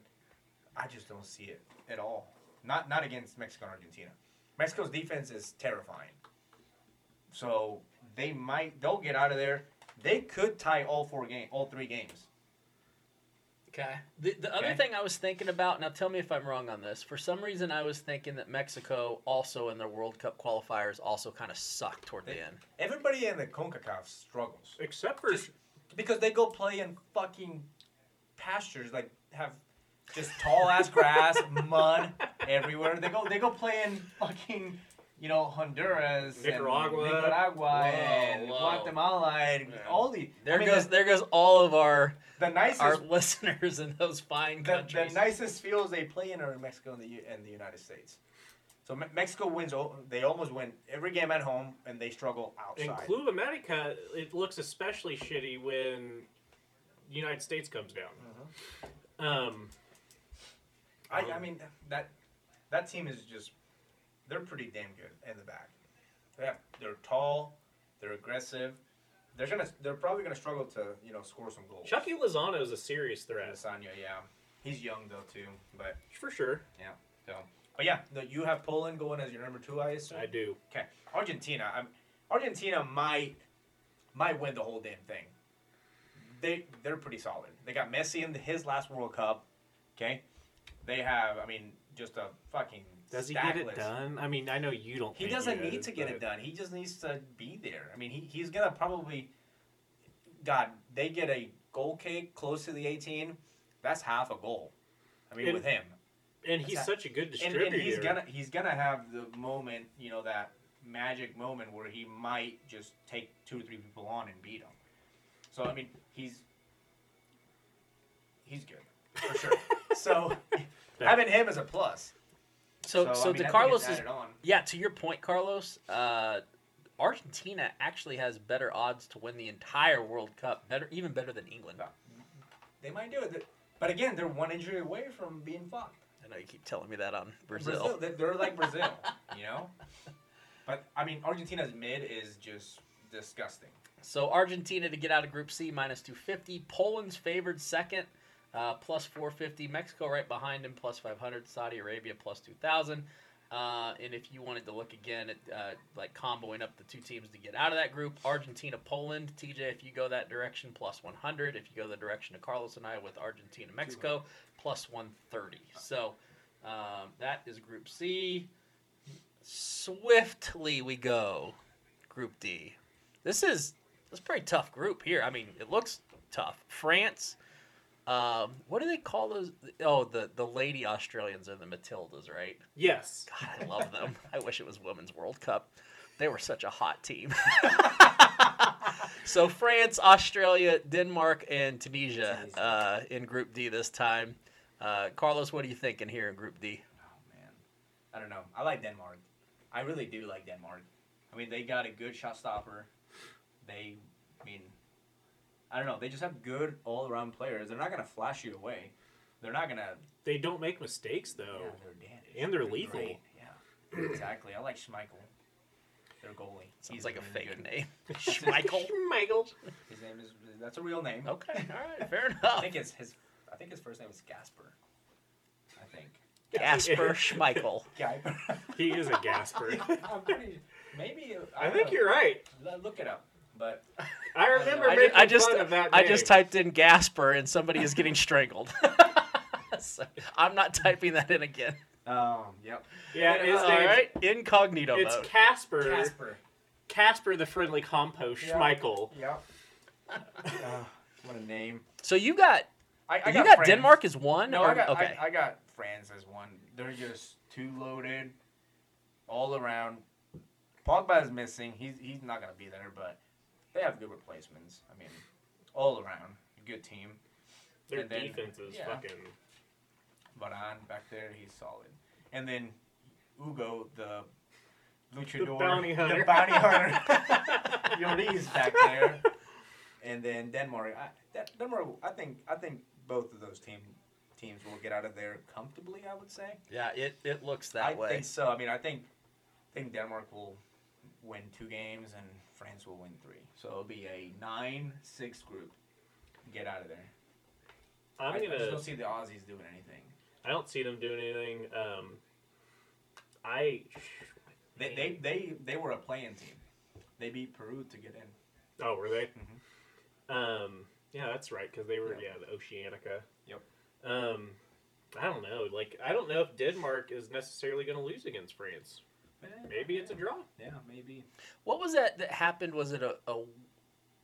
[SPEAKER 5] I just don't see it at all. Not not against Mexico and Argentina. Mexico's defense is terrifying. So they might they'll get out of there. They could tie all four game all three games.
[SPEAKER 1] Okay. The, the other
[SPEAKER 5] Okay.
[SPEAKER 1] thing I was thinking about, now tell me if I'm wrong on this. For some reason, I was thinking that Mexico, also in their World Cup qualifiers, also kind of sucked toward the
[SPEAKER 5] They-
[SPEAKER 1] end.
[SPEAKER 5] Everybody in the CONCACAF struggles.
[SPEAKER 2] Except for
[SPEAKER 5] Because they go play in fucking pastures, like have just tall ass grass, mud everywhere. They go they go play in fucking you know, Honduras, and
[SPEAKER 2] Nicaragua.
[SPEAKER 5] Nicaragua, and
[SPEAKER 1] whoa.
[SPEAKER 5] Guatemala, and
[SPEAKER 1] Yeah.
[SPEAKER 5] all the. I
[SPEAKER 1] There
[SPEAKER 5] mean,
[SPEAKER 1] goes
[SPEAKER 5] the,
[SPEAKER 1] there goes all of our
[SPEAKER 5] the nicest,
[SPEAKER 1] our listeners in those fine
[SPEAKER 5] the, the
[SPEAKER 1] countries.
[SPEAKER 5] nicest fields they play in are in Mexico and the U- and the United States. So Me- Mexico wins. o- They almost win every game at home, and they struggle outside.
[SPEAKER 2] in Club America, it looks especially shitty when the United States comes down.
[SPEAKER 5] Mm-hmm.
[SPEAKER 2] Um,
[SPEAKER 5] I, I mean that that team is just they're pretty damn good in the back. They have, they're tall, they're aggressive. They're gonna they're probably gonna struggle to you know score some goals.
[SPEAKER 2] Chucky Lozano is a serious threat
[SPEAKER 5] Adesanya, yeah, he's young though too, but
[SPEAKER 2] for sure.
[SPEAKER 5] yeah, so but yeah, no, you have Poland going as your number two, I assume.
[SPEAKER 2] I do.
[SPEAKER 5] Okay, Argentina. I'm, Argentina might might win the whole damn thing. They they're pretty solid. They got Messi in his last World Cup. Okay, they have. I mean, just a fucking.
[SPEAKER 2] Does he
[SPEAKER 5] stack
[SPEAKER 2] get it
[SPEAKER 5] list.
[SPEAKER 2] done? I mean, I know you don't.
[SPEAKER 5] He
[SPEAKER 2] think
[SPEAKER 5] doesn't
[SPEAKER 2] does,
[SPEAKER 5] need to get
[SPEAKER 2] but-
[SPEAKER 5] it done. He just needs to be there. I mean, he, he's gonna probably. God, they get a goal kick close to the eighteen. That's half a goal. I mean,
[SPEAKER 2] And-
[SPEAKER 5] with him,
[SPEAKER 2] And he's
[SPEAKER 5] That's
[SPEAKER 2] such a good
[SPEAKER 5] and,
[SPEAKER 2] distributor.
[SPEAKER 5] and he's gonna he's gonna have the moment you know that magic moment where he might just take two or three people on and beat them. So I mean, he's he's good for sure. so having him is a plus.
[SPEAKER 1] So so,
[SPEAKER 5] I mean, I think it's
[SPEAKER 1] DeCarlos is
[SPEAKER 5] added on.
[SPEAKER 1] yeah. To your point, Carlos, uh, Argentina actually has better odds to win the entire World Cup. Better, even better than England.
[SPEAKER 5] They might do it, but again, they're one injury away from being fucked.
[SPEAKER 1] I know you keep telling me that on Brazil.
[SPEAKER 5] Brazil. They- They're like Brazil, you know. But I mean, Argentina's mid is just disgusting.
[SPEAKER 1] So Argentina to get out of Group C minus 250. Poland's favored second, uh, plus 450. Mexico right behind him, plus 500. Saudi Arabia plus 2,000. Uh, and if you wanted to look again at uh, like comboing up the two teams to get out of that group, Argentina, Poland, TJ, if you go that direction, plus 100. If you go the direction of Carlos and I with Argentina, Mexico, plus 130. So um, that is Group C. Swiftly we go, Group D. This is this is a pretty tough group here. I mean, it looks tough. France. Um, what do they call those? Oh, the the lady Australians are the Matildas, right?
[SPEAKER 2] Yes.
[SPEAKER 1] God, I love them. I wish it was Women's World Cup. They were such a hot team. so France, Australia, Denmark, and Tunisia uh, in Group D this time. Uh, Carlos, what are you thinking here in Group D?
[SPEAKER 5] Oh man, I don't know. I like Denmark. I really do like Denmark. I mean, they got a good shot stopper. They, I mean, I don't know. They just have good all around players. They're not gonna flash you away. They're not gonna.
[SPEAKER 2] They don't make mistakes though.
[SPEAKER 5] Yeah, they're dandish.
[SPEAKER 2] Oh. And they're lethal.
[SPEAKER 5] great. Yeah, exactly. I like Schmeichel. Their goalie.
[SPEAKER 1] Sounds
[SPEAKER 5] He's
[SPEAKER 1] like a
[SPEAKER 5] really
[SPEAKER 1] fake
[SPEAKER 5] good.
[SPEAKER 1] name. Schmeichel.
[SPEAKER 2] Michael.
[SPEAKER 5] His name is. That's a real name.
[SPEAKER 1] Okay, all right, fair
[SPEAKER 5] I
[SPEAKER 1] enough.
[SPEAKER 5] think his his. I think his first name is Gasper. I think.
[SPEAKER 1] Gasper Schmeichel.
[SPEAKER 5] Gasper.
[SPEAKER 2] He is a gasper.
[SPEAKER 5] I'm pretty. Maybe.
[SPEAKER 2] I
[SPEAKER 5] don't
[SPEAKER 2] think
[SPEAKER 5] know.
[SPEAKER 2] you're right.
[SPEAKER 5] Look it up. But
[SPEAKER 2] I remember
[SPEAKER 1] I ju-
[SPEAKER 2] making
[SPEAKER 1] I just,
[SPEAKER 2] fun of that.
[SPEAKER 1] I just
[SPEAKER 2] name.
[SPEAKER 1] typed in Gasper and somebody is getting strangled. so I'm not typing that in again.
[SPEAKER 3] Um,
[SPEAKER 5] Oh, yep.
[SPEAKER 2] Yeah, his
[SPEAKER 1] All
[SPEAKER 2] name's-
[SPEAKER 1] right, incognito
[SPEAKER 2] It's
[SPEAKER 1] mode.
[SPEAKER 2] Casper. Casper.
[SPEAKER 5] Casper.
[SPEAKER 2] the friendly compost
[SPEAKER 5] Yeah.
[SPEAKER 2] Schmeichel.
[SPEAKER 5] Yep. Oh, what a name.
[SPEAKER 1] So you got
[SPEAKER 5] I, I
[SPEAKER 1] you got
[SPEAKER 5] friends.
[SPEAKER 1] Denmark as one.
[SPEAKER 5] No,
[SPEAKER 1] or,
[SPEAKER 5] I got
[SPEAKER 1] okay.
[SPEAKER 5] I, I got France as one. They're just too loaded, all around. Pogba is missing. He's he's not gonna be there, but they have good replacements. I mean, all around good team.
[SPEAKER 2] Their
[SPEAKER 5] And then-
[SPEAKER 2] defense is
[SPEAKER 5] yeah.
[SPEAKER 2] fucking.
[SPEAKER 5] Varane back there, he's solid. And then Ugo, the luchador,
[SPEAKER 2] The bounty hunter.
[SPEAKER 5] the bounty hunter, Lloris back there. And then Denmark, I, that, Denmark. I think I think both of those team teams will get out of there comfortably. I would say.
[SPEAKER 1] yeah, it, it looks that
[SPEAKER 5] I
[SPEAKER 1] way.
[SPEAKER 5] think so. I mean, I think I think Denmark will win two games and France will win three. So it'll be a nine-six group. Get out of there. I,
[SPEAKER 2] I'm
[SPEAKER 5] I just
[SPEAKER 2] gonna.
[SPEAKER 5] don't see the Aussies doing anything.
[SPEAKER 2] I don't see them doing anything. Um, I.
[SPEAKER 5] They, they, they, they were a playing team. They beat Peru to get in.
[SPEAKER 2] Oh, were they? Um, yeah, that's right because they were yeah. the Oceanica.
[SPEAKER 5] Yep.
[SPEAKER 2] Um, I don't know. Like I don't know if Denmark is necessarily going to lose against France. Maybe it's a draw.
[SPEAKER 5] Eh, Yeah, maybe.
[SPEAKER 1] what was that that happened? Was it a, a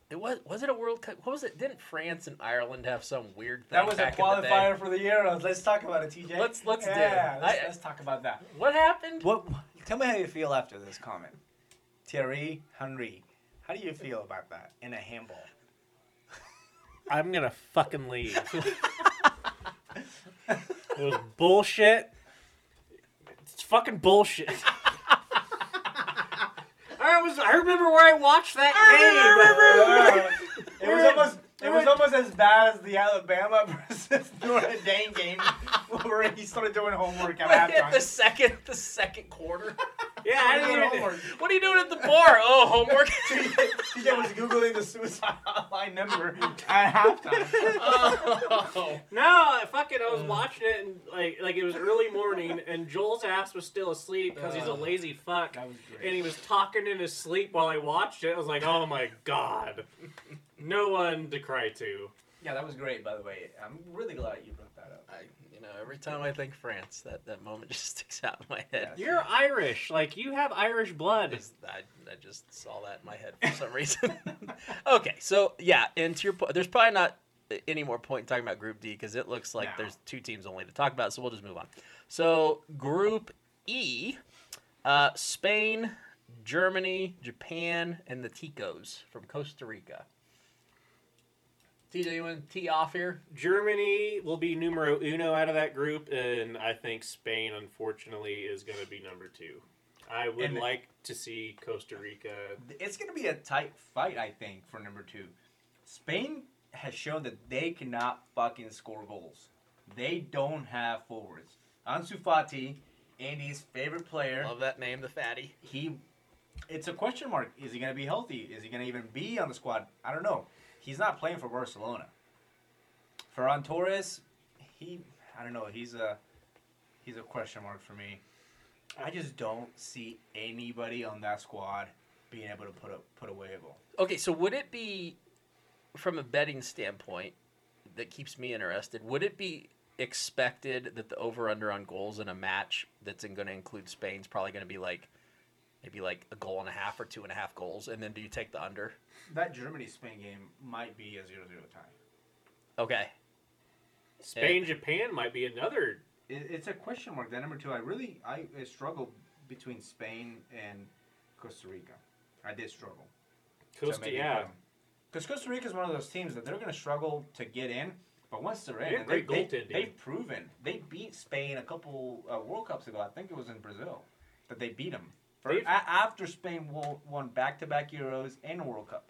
[SPEAKER 1] it was was it a World Cup? What was it? Didn't France and Ireland have some weird thing?
[SPEAKER 5] That was a
[SPEAKER 1] back in the day?
[SPEAKER 5] qualifier for the Euros. Let's talk about it, TJ.
[SPEAKER 1] Let's- let's do it.
[SPEAKER 5] yeah, Let's,
[SPEAKER 1] I-
[SPEAKER 5] let's talk about that.
[SPEAKER 1] What happened?
[SPEAKER 5] What? Tell me how you feel after this comment, Thierry Henry. How do you feel about that in a handball?
[SPEAKER 2] I'm gonna fucking leave. it was bullshit. It's fucking bullshit. I was. I remember where I watched that
[SPEAKER 5] it was almost it was almost as bad as the Alabama versus Notre Dame game where he started doing homework at
[SPEAKER 1] At the
[SPEAKER 5] halftime.
[SPEAKER 1] second the second quarter.
[SPEAKER 2] game. Yeah, I
[SPEAKER 5] Doing
[SPEAKER 2] didn't even.
[SPEAKER 5] homework.
[SPEAKER 1] what are you doing at the bar? Oh, homework.
[SPEAKER 5] TJ was googling the suicide hotline number at halftime.
[SPEAKER 1] oh.
[SPEAKER 2] No, fucking, I was watching it and like like it was early morning and Joel's ass was still asleep because he's a lazy fuck.
[SPEAKER 5] That was great.
[SPEAKER 2] And he was talking in his sleep while I watched it. I was like, oh my god, no one to cry to.
[SPEAKER 5] Yeah, that was great. By the way, I'm really glad you brought that up.
[SPEAKER 1] I, you know, every time I think France, that, that moment just sticks out in my head.
[SPEAKER 5] Yeah.
[SPEAKER 2] You're Irish, like you have Irish blood.
[SPEAKER 1] Just- I, I just saw that in my head for some reason. okay, so yeah, and to your point, there's probably not any more point in talking about Group D because it looks like
[SPEAKER 5] No.
[SPEAKER 1] there's two teams only to talk about, so we'll just move on. So Group E, uh, Spain, Germany, Japan, and the Ticos from Costa Rica. TJ, you want to tee off here?
[SPEAKER 2] Germany will be numero uno out of that group, and I think Spain, unfortunately, is going to be number two. I would
[SPEAKER 5] And-
[SPEAKER 2] like to see Costa Rica.
[SPEAKER 5] It's going to be a tight fight, I think, for number two. Spain has shown that they cannot fucking score goals. They don't have forwards. Ansu Fati, Andy's favorite player,
[SPEAKER 1] Love that name, the fatty.
[SPEAKER 5] he. It's a question mark. Is he going to be healthy? Is he going to even be on the squad? I don't know. He's not playing for Barcelona. Ferran Torres, he. I don't know. He's a. He's a question mark for me. I just don't see anybody on that squad being able to put up put away a goal.
[SPEAKER 1] Okay, so would it be, from a betting standpoint, that keeps me interested? Would it be expected that the over under on goals in a match that's going to include Spain's probably going to be like, maybe like a goal and a half or two and a half goals, and then do you take the under?
[SPEAKER 5] That Germany Spain game might be a 0 0 tie.
[SPEAKER 1] Okay,
[SPEAKER 2] Spain, Japan might be another.
[SPEAKER 5] It, it's a question mark. That number two, I really I, I struggled between Spain and Costa Rica. I did struggle.
[SPEAKER 2] Costa, yeah.
[SPEAKER 5] Because Costa Rica is one of those teams that they're going to struggle to get in, but once they're in,
[SPEAKER 2] They have great
[SPEAKER 5] they,
[SPEAKER 2] goaltending.
[SPEAKER 5] They, have proven they beat Spain a couple uh, World Cups ago. I think it was in Brazil that they beat them. For,
[SPEAKER 2] They've-
[SPEAKER 5] a, after Spain won, won back-to-back Euros and World Cup,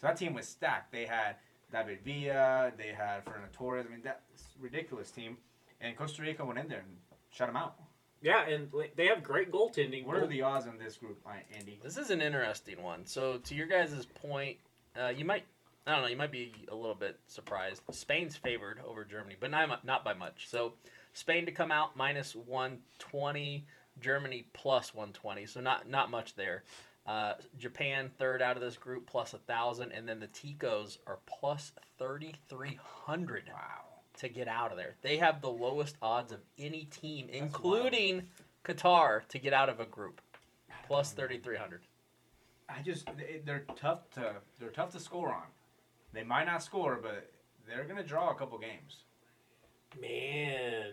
[SPEAKER 5] so that team was stacked. They had David Villa, they had Fernando Torres. I mean, that's a ridiculous team. And Costa Rica went in there and shut them out.
[SPEAKER 2] Yeah, and like, they have great goaltending.
[SPEAKER 5] What are the odds on this group, I- Andy?
[SPEAKER 1] This is an interesting one. So, to your guys' point, uh, you might, I don't know, you might be a little bit surprised. Spain's favored over Germany, but not, not by much. So, Spain to come out minus 120, Germany plus 120. So, not, not much there. Uh, Japan, third out of this group, plus 1,000. And then the Ticos are plus 3,300
[SPEAKER 5] Wow.
[SPEAKER 1] to get out of there. They have the lowest odds of any team, including Qatar, to get out of a group. Plus 3,300.
[SPEAKER 5] I just they- they're tough to they're tough to score on. They might not score, but they're gonna draw a couple games.
[SPEAKER 2] Man,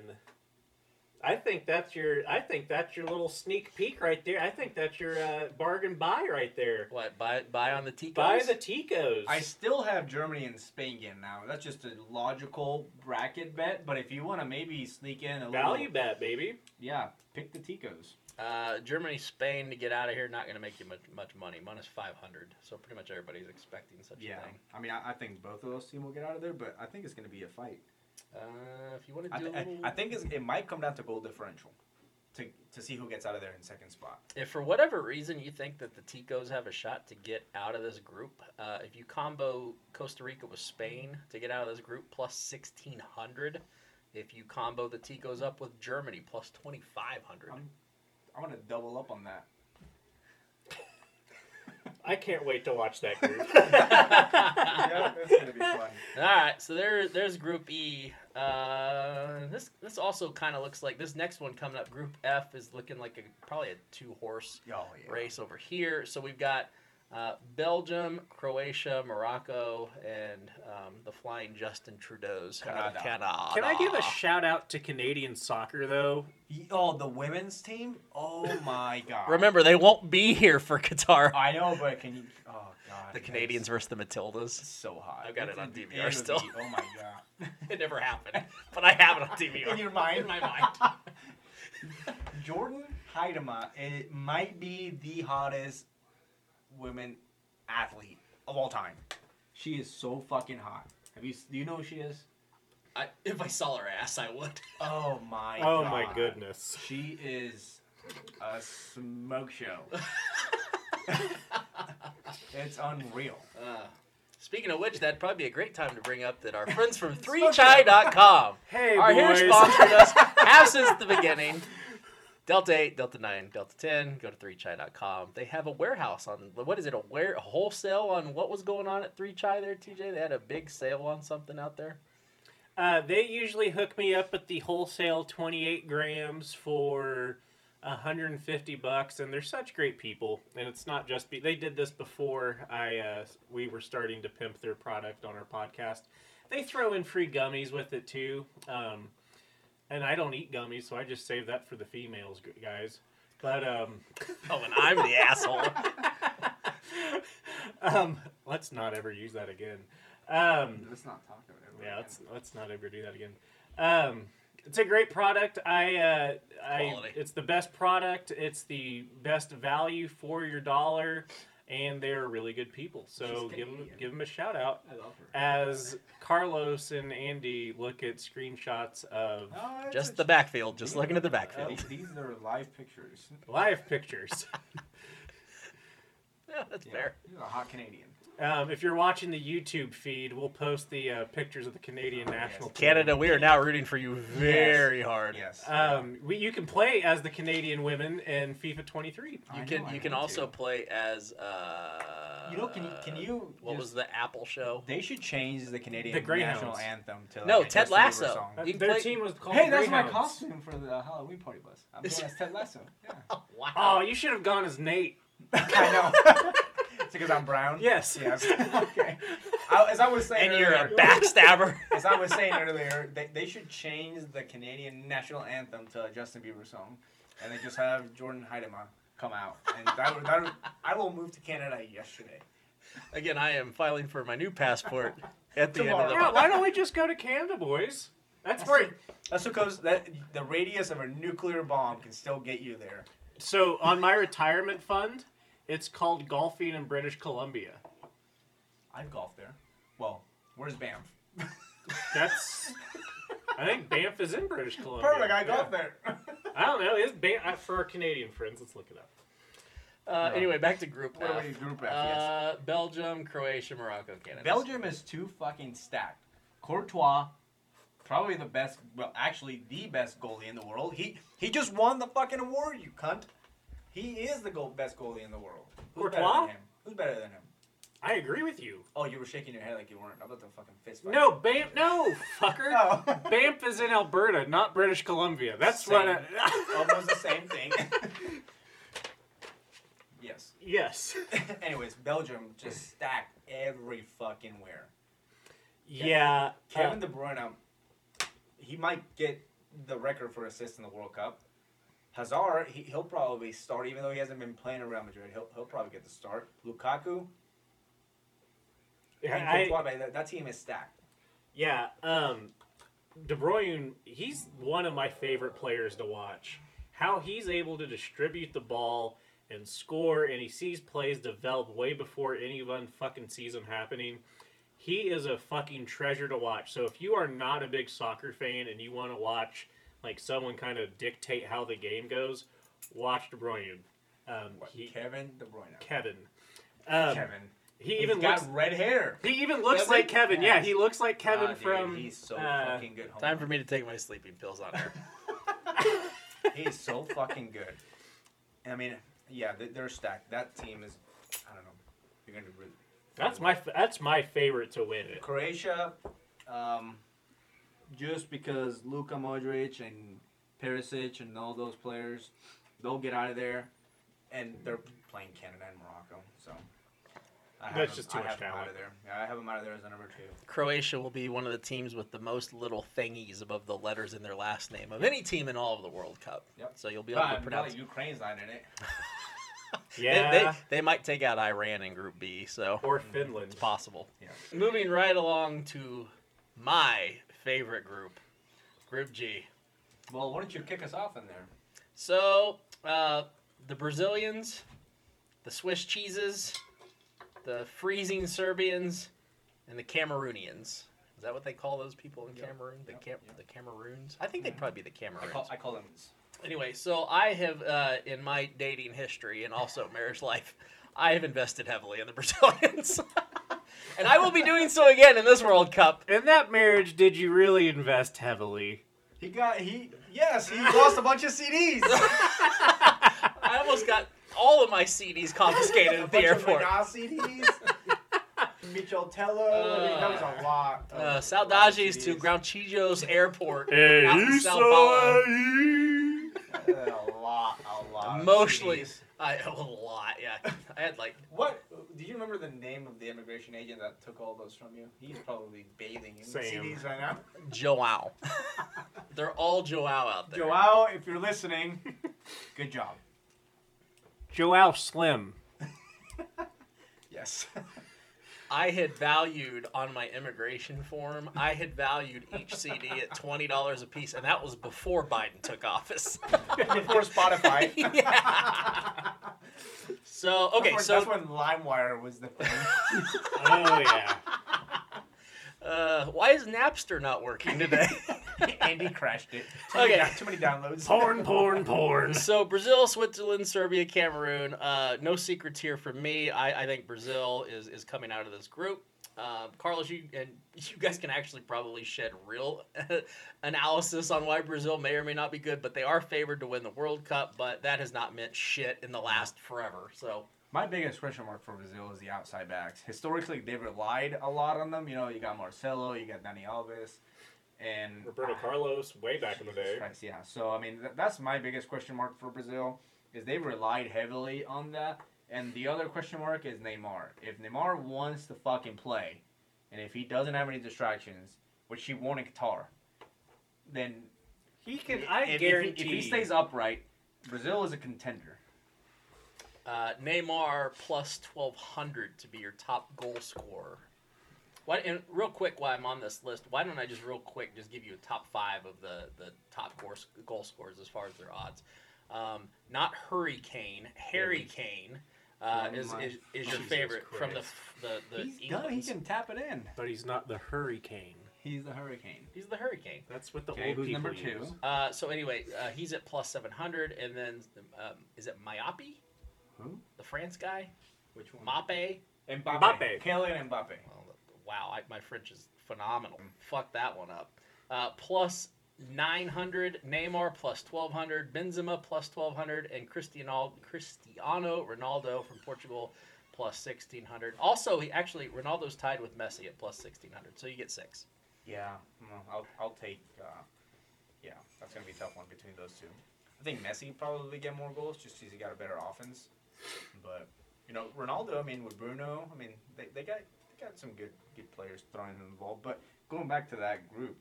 [SPEAKER 2] I think that's your. I think that's your little sneak peek right there. I think that's your uh, bargain buy right there.
[SPEAKER 1] What buy buy on the Ticos?
[SPEAKER 2] Buy the Ticos.
[SPEAKER 5] I still have Germany and Spain again now. That's just a logical bracket bet. But if you want to maybe sneak in a
[SPEAKER 2] value
[SPEAKER 5] little,
[SPEAKER 2] bet, baby.
[SPEAKER 5] yeah, pick the Ticos.
[SPEAKER 1] uh, Germany, Spain to get out of here. Not going to make you much much money. Minus five hundred. So pretty much everybody's expecting such
[SPEAKER 5] Yeah,
[SPEAKER 1] a thing.
[SPEAKER 5] I mean, I, I think both of those teams will get out of there, but I think it's gonna be a fight.
[SPEAKER 1] Uh, if you want to
[SPEAKER 5] I,
[SPEAKER 1] do,
[SPEAKER 5] th-
[SPEAKER 1] a little-
[SPEAKER 5] I, I think it's, it might come down to goal differential, to to see who gets out of there in second spot.
[SPEAKER 1] if for whatever reason you think that the Ticos have a shot to get out of this group, uh, if you combo Costa Rica with Spain to get out of this group, plus sixteen hundred. If you combo the Ticos up with Germany, plus twenty five hundred.
[SPEAKER 5] I'm- I'm gonna double up on that.
[SPEAKER 2] I can't wait to watch that group.
[SPEAKER 5] yeah, that's gonna be fun.
[SPEAKER 1] All right, so there, there's Group E. Uh, this this also kind of looks like this next one coming up. Group F is looking like a probably a two horse
[SPEAKER 5] Oh, yeah.
[SPEAKER 1] race over here. So we've got uh, Belgium, Croatia, Morocco, and um, the flying Justin Trudeau's out of Canada.
[SPEAKER 2] Can I give a shout out to Canadian soccer though?
[SPEAKER 5] Ye- Oh, the women's team? Oh my god.
[SPEAKER 1] Remember, they won't be here for Qatar.
[SPEAKER 5] I know, but can you Oh god.
[SPEAKER 1] The
[SPEAKER 5] that's
[SPEAKER 1] Canadians versus the Matildas.
[SPEAKER 5] so hot.
[SPEAKER 1] I've got it
[SPEAKER 5] It's
[SPEAKER 1] on
[SPEAKER 5] a-
[SPEAKER 1] DVR
[SPEAKER 5] it'll
[SPEAKER 1] still.
[SPEAKER 5] be- oh my god.
[SPEAKER 1] It never happened, but I have it on
[SPEAKER 5] In
[SPEAKER 1] TV.
[SPEAKER 5] your mind,
[SPEAKER 1] In my mind.
[SPEAKER 5] Jordan Heidema it might be the hottest women athlete of all time. She is so fucking hot. Have you s- do you know who she is?
[SPEAKER 1] I, if I saw her ass, I would.
[SPEAKER 5] Oh my
[SPEAKER 2] Oh
[SPEAKER 5] god.
[SPEAKER 2] my goodness.
[SPEAKER 5] She is a smoke show. it's unreal.
[SPEAKER 1] Speaking of which, that'd probably be a great time to bring up that our friends from 3chai.com
[SPEAKER 2] Hey,
[SPEAKER 1] are here
[SPEAKER 2] boys.
[SPEAKER 1] sponsoring us, have since the beginning. Delta 8, Delta 9, Delta 10, go to 3chai.com. They have a warehouse on, what is it, a ware, a wholesale on what was going on at 3chai there, TJ? They had a big sale on something out there.
[SPEAKER 2] Uh, they usually hook me up at the wholesale 28 grams for 150 bucks, and they're such great people. And it's not just be- they did this before I uh, we were starting to pimp their product on our podcast. They throw in free gummies with it too, um, and I don't eat gummies, so I just save that for the females, gu- guys. But um,
[SPEAKER 1] Oh, and I'm the asshole.
[SPEAKER 2] um, let's not ever use that again. Um,
[SPEAKER 5] Let's not talk about it.
[SPEAKER 2] yeah, let's let's not ever do that again. Um, it's a great product. I, uh, I
[SPEAKER 1] Quality.
[SPEAKER 2] it's the best product. It's the best value for your dollar, and they're really good people. So
[SPEAKER 5] She's
[SPEAKER 2] give them
[SPEAKER 5] Canadian.
[SPEAKER 2] give them a shout out.
[SPEAKER 5] I love her.
[SPEAKER 2] As Carlos and Andy look at screenshots of
[SPEAKER 5] No, it's
[SPEAKER 1] Just
[SPEAKER 5] a-
[SPEAKER 1] the backfield. Just looking at the
[SPEAKER 5] Uh,
[SPEAKER 1] backfield.
[SPEAKER 5] these are live pictures.
[SPEAKER 2] live pictures.
[SPEAKER 1] Yeah, that's
[SPEAKER 5] Yeah.
[SPEAKER 1] fair.
[SPEAKER 5] He's a hot Canadian.
[SPEAKER 2] Um, if you're watching the YouTube feed, we'll post the uh, pictures of the Canadian
[SPEAKER 5] Oh,
[SPEAKER 2] national team.
[SPEAKER 1] Canada, we are now rooting for you very hard.
[SPEAKER 5] Yes.
[SPEAKER 2] Um, we, you can play as the Canadian women in FIFA 23.
[SPEAKER 5] I
[SPEAKER 1] You
[SPEAKER 5] know,
[SPEAKER 1] can
[SPEAKER 5] I
[SPEAKER 1] you can
[SPEAKER 5] want
[SPEAKER 1] also
[SPEAKER 5] to.
[SPEAKER 1] play as uh
[SPEAKER 3] You know, can you can you?
[SPEAKER 1] what was the Apple show?
[SPEAKER 5] They should change the Canadian
[SPEAKER 2] The Greyhounds.
[SPEAKER 5] national anthem to like,
[SPEAKER 1] No,
[SPEAKER 5] a
[SPEAKER 1] Ted
[SPEAKER 5] Justin Bieber
[SPEAKER 1] Lasso.
[SPEAKER 5] song.
[SPEAKER 2] Uh,
[SPEAKER 1] You can
[SPEAKER 2] Their
[SPEAKER 1] play-
[SPEAKER 2] team was called.
[SPEAKER 5] Hey, that's my
[SPEAKER 2] Greyhounds.
[SPEAKER 5] costume for the Halloween party bus. I'm going as Ted Lasso. Yeah.
[SPEAKER 1] Wow.
[SPEAKER 2] Oh, you should have gone as Nate.
[SPEAKER 5] I know. it's because I'm brown.
[SPEAKER 2] Yes.
[SPEAKER 5] Yes. okay. I, as I was saying,
[SPEAKER 1] and you're a
[SPEAKER 5] earlier-
[SPEAKER 1] backstabber.
[SPEAKER 5] As I was saying earlier, they, they should change the Canadian national anthem to a Justin Bieber song, and then just have Jordan Heidema come out. And that would, that would, I will move to Canada yesterday.
[SPEAKER 1] Again, I am filing for my new passport at the end of the
[SPEAKER 2] Yeah,
[SPEAKER 1] month.
[SPEAKER 2] why don't we just go to Canada, boys? That's where.
[SPEAKER 5] That's because that the radius of a nuclear bomb can still get you there.
[SPEAKER 2] So on my retirement fund, it's called golfing in British Columbia.
[SPEAKER 5] I'd golf there. Well, where's Banff?
[SPEAKER 2] That's. I think Banff is in British Columbia.
[SPEAKER 5] Perfect. I
[SPEAKER 2] Yeah.
[SPEAKER 5] golf there.
[SPEAKER 2] I don't know. Is Ban- uh, for our Canadian friends? Let's look it up.
[SPEAKER 1] Uh, anyway, back to group
[SPEAKER 5] What are
[SPEAKER 1] F.
[SPEAKER 5] we group F? yes.
[SPEAKER 1] Uh, Belgium, Croatia, Morocco, Canada.
[SPEAKER 5] Belgium is too fucking stacked. Courtois, probably the best, well, actually the best goalie in the world. He he just won the fucking award, you cunt. He is the goal, best goalie in the world. Who's better
[SPEAKER 2] Courtois?
[SPEAKER 5] than him? Who's better than him?
[SPEAKER 2] I agree with you.
[SPEAKER 5] Oh, you were shaking your head like you weren't. I thought the fucking fist fight.
[SPEAKER 2] No, Banff. No, fucker.
[SPEAKER 5] Oh.
[SPEAKER 2] Banff is in Alberta, not British Columbia. That's what.
[SPEAKER 5] Same.
[SPEAKER 2] I,
[SPEAKER 5] Almost the same thing. yes.
[SPEAKER 2] yes.
[SPEAKER 5] Anyways, Belgium just stacked every fucking where.
[SPEAKER 2] Yeah. uh,
[SPEAKER 5] Kevin De Bruyne, he might get the record for assists in the World Cup. Hazard, he, he'll probably start, even though he hasn't been playing in Real Madrid. He'll, he'll probably get the start. Lukaku,
[SPEAKER 2] Uh,
[SPEAKER 5] and
[SPEAKER 2] I-
[SPEAKER 5] Courtois, man, that, that team is stacked.
[SPEAKER 2] yeah. Um, De Bruyne, he's one of my favorite players to watch. How he's able to distribute the ball and score, and he sees plays develop way before anyone fucking sees them happening. He is a fucking treasure to watch. So if you are not a big soccer fan and you want to watch like someone kind of dictate how the game goes, watch De Bruyne. Um, he,
[SPEAKER 5] Kevin De Bruyne.
[SPEAKER 2] Kevin. Um,
[SPEAKER 5] Kevin.
[SPEAKER 2] He
[SPEAKER 5] He's
[SPEAKER 2] even
[SPEAKER 5] got
[SPEAKER 2] looks.
[SPEAKER 5] red hair.
[SPEAKER 2] He even looks
[SPEAKER 5] Kevin?
[SPEAKER 2] like Kevin. Yeah,
[SPEAKER 5] Yes.
[SPEAKER 2] he looks like Kevin
[SPEAKER 5] Ah, dude,
[SPEAKER 2] from.
[SPEAKER 5] He's so
[SPEAKER 2] uh,
[SPEAKER 5] fucking good.
[SPEAKER 1] Time for me to take my sleeping pills on air.
[SPEAKER 5] He's so fucking good. I mean, yeah, they- they're stacked. That team is, I don't know. You're going to really.
[SPEAKER 2] That's my that's my favorite to win it.
[SPEAKER 5] Croatia, um, just because Luka Modric and Perisic and all those players, they'll get out of there, and they're playing Canada and Morocco. So I have
[SPEAKER 2] That's
[SPEAKER 5] them-
[SPEAKER 2] just too
[SPEAKER 5] I
[SPEAKER 2] much
[SPEAKER 5] have them Out
[SPEAKER 2] talent.
[SPEAKER 5] of there. Yeah, I have them out of there as a number two.
[SPEAKER 1] Croatia will be one of the teams with the most little thingies above the letters in their last name of any team in all of the World Cup.
[SPEAKER 5] Yep.
[SPEAKER 1] So you'll be able to
[SPEAKER 5] But now
[SPEAKER 1] pronounce.
[SPEAKER 5] that Ukraine's not in it.
[SPEAKER 1] They,
[SPEAKER 2] Yeah,
[SPEAKER 5] Mm,
[SPEAKER 1] they, they might take out Iran in Group B, so
[SPEAKER 2] or Finland.
[SPEAKER 1] it's possible.
[SPEAKER 5] Yeah.
[SPEAKER 1] Moving right along to my favorite group, Group G.
[SPEAKER 5] Well, why don't you kick us off in there?
[SPEAKER 1] So, uh, the Brazilians, the Swiss cheeses, the freezing Serbians, and the Cameroonians. Is that what they call those people in
[SPEAKER 5] Yep,
[SPEAKER 1] Cameroon? The
[SPEAKER 5] yep,
[SPEAKER 1] Cam-
[SPEAKER 5] yep. Mm-hmm.
[SPEAKER 1] the Cameroons? I think they'd probably be the
[SPEAKER 5] I
[SPEAKER 1] Cameroons.
[SPEAKER 5] call I call them.
[SPEAKER 1] Anyway, so I have uh, in my dating history and also marriage life, I have invested heavily in the Brazilians, and I will be doing so again in this World Cup.
[SPEAKER 2] In that marriage, did you really invest heavily?
[SPEAKER 5] He got he yes he lost a bunch of CDs.
[SPEAKER 1] I almost got all of my CDs confiscated
[SPEAKER 5] a
[SPEAKER 1] at
[SPEAKER 5] bunch
[SPEAKER 1] the
[SPEAKER 5] of
[SPEAKER 1] airport.
[SPEAKER 5] Regal CDs. Mitchell Tello. I mean, that was a lot. of-
[SPEAKER 1] Uh,
[SPEAKER 5] a lot of
[SPEAKER 1] saudades to
[SPEAKER 5] CDs.
[SPEAKER 1] Granchillo's Airport
[SPEAKER 2] Hey,
[SPEAKER 1] out in Sao Paulo.
[SPEAKER 5] a lot, a lot. of
[SPEAKER 1] Mostly,
[SPEAKER 5] CDs.
[SPEAKER 1] I a lot. Yeah, I had like
[SPEAKER 5] What? Do you remember the name of the immigration agent that took all those from you? He's probably bathing in
[SPEAKER 2] Sam.
[SPEAKER 5] CDs right now.
[SPEAKER 1] Joao. They're all Joao out there.
[SPEAKER 5] Joao, if you're listening, good job.
[SPEAKER 2] Joao Slim.
[SPEAKER 5] Yes.
[SPEAKER 1] I had valued on my immigration form, I had valued each CD at $20 a piece, and that was before Biden took office.
[SPEAKER 5] Before Spotify.
[SPEAKER 1] So, okay,
[SPEAKER 5] Before-
[SPEAKER 1] so
[SPEAKER 5] that's when LimeWire was the thing.
[SPEAKER 2] Oh yeah.
[SPEAKER 1] uh, why is Napster not working today?
[SPEAKER 5] Andy crashed it. Too
[SPEAKER 1] Okay.
[SPEAKER 5] Many, down- too many downloads.
[SPEAKER 2] Porn, porn, porn.
[SPEAKER 1] so, Brazil, Switzerland, Serbia, Cameroon, uh, no secrets here from me. I, I think Brazil is, is coming out of this group. Um, Carlos, you and you guys can actually probably shed real analysis on why Brazil may or may not be good, but they are favored to win the World Cup. But that has not meant shit in the last forever. So
[SPEAKER 5] My biggest question mark for Brazil is the outside backs. Historically, they've relied a lot on them. You know, you got Marcelo, you got Dani Alves, and
[SPEAKER 6] Roberto Carlos, way back in the day.
[SPEAKER 5] Christ, yeah. So I mean, th- that's my biggest question mark for Brazil is they relied heavily on that. And the other question mark is Neymar. If Neymar wants to fucking play, and if he doesn't have any distractions, which he won't in Qatar, then
[SPEAKER 2] He can. I
[SPEAKER 5] if, if he-
[SPEAKER 2] guarantee.
[SPEAKER 5] if he stays upright, Brazil is a contender.
[SPEAKER 1] Uh, Neymar plus 1200 to be your top goal scorer. Why, and real quick, while I'm on this list, why don't I just real quick just give you a top five of the, the top goal, goal scorers as far as their odds? Um, not Hurricane, Harry Kane
[SPEAKER 5] Oh
[SPEAKER 1] uh, is, is, is your
[SPEAKER 6] Jesus
[SPEAKER 1] favorite from the
[SPEAKER 6] Christ.
[SPEAKER 1] the the
[SPEAKER 5] He's done. He
[SPEAKER 1] England's.
[SPEAKER 5] can tap it in.
[SPEAKER 2] but he's not the Hurricane.
[SPEAKER 5] He's the hurricane.
[SPEAKER 1] He's the Hurricane.
[SPEAKER 2] That's what the
[SPEAKER 5] Okay,
[SPEAKER 2] old
[SPEAKER 5] who's
[SPEAKER 2] people
[SPEAKER 5] number two?
[SPEAKER 2] use.
[SPEAKER 1] Uh, so anyway, uh, he's at plus 700, and then um, is it Myopi?
[SPEAKER 5] Who?
[SPEAKER 1] The France guy,
[SPEAKER 5] Which
[SPEAKER 1] Mape.
[SPEAKER 5] Mbappe.
[SPEAKER 2] Mbappe.
[SPEAKER 5] Kylian Mbappe.
[SPEAKER 1] Well, wow, I, my French is phenomenal. Fuck that one up. Uh, plus 900, Neymar plus 1200, Benzema plus 1200, and Cristiano, Cristiano Ronaldo from Portugal plus 1600. Also, he actually, Ronaldo's tied with Messi at plus 1600, so you get six.
[SPEAKER 5] Yeah, no, I'll, I'll take. Uh, yeah, that's gonna be a tough one between those two. I think Messi probably get more goals just because he got a better offense. But you know, Ronaldo. I mean, with Bruno, I mean, they, they got they got some good good players throwing them the ball. But going back to that group,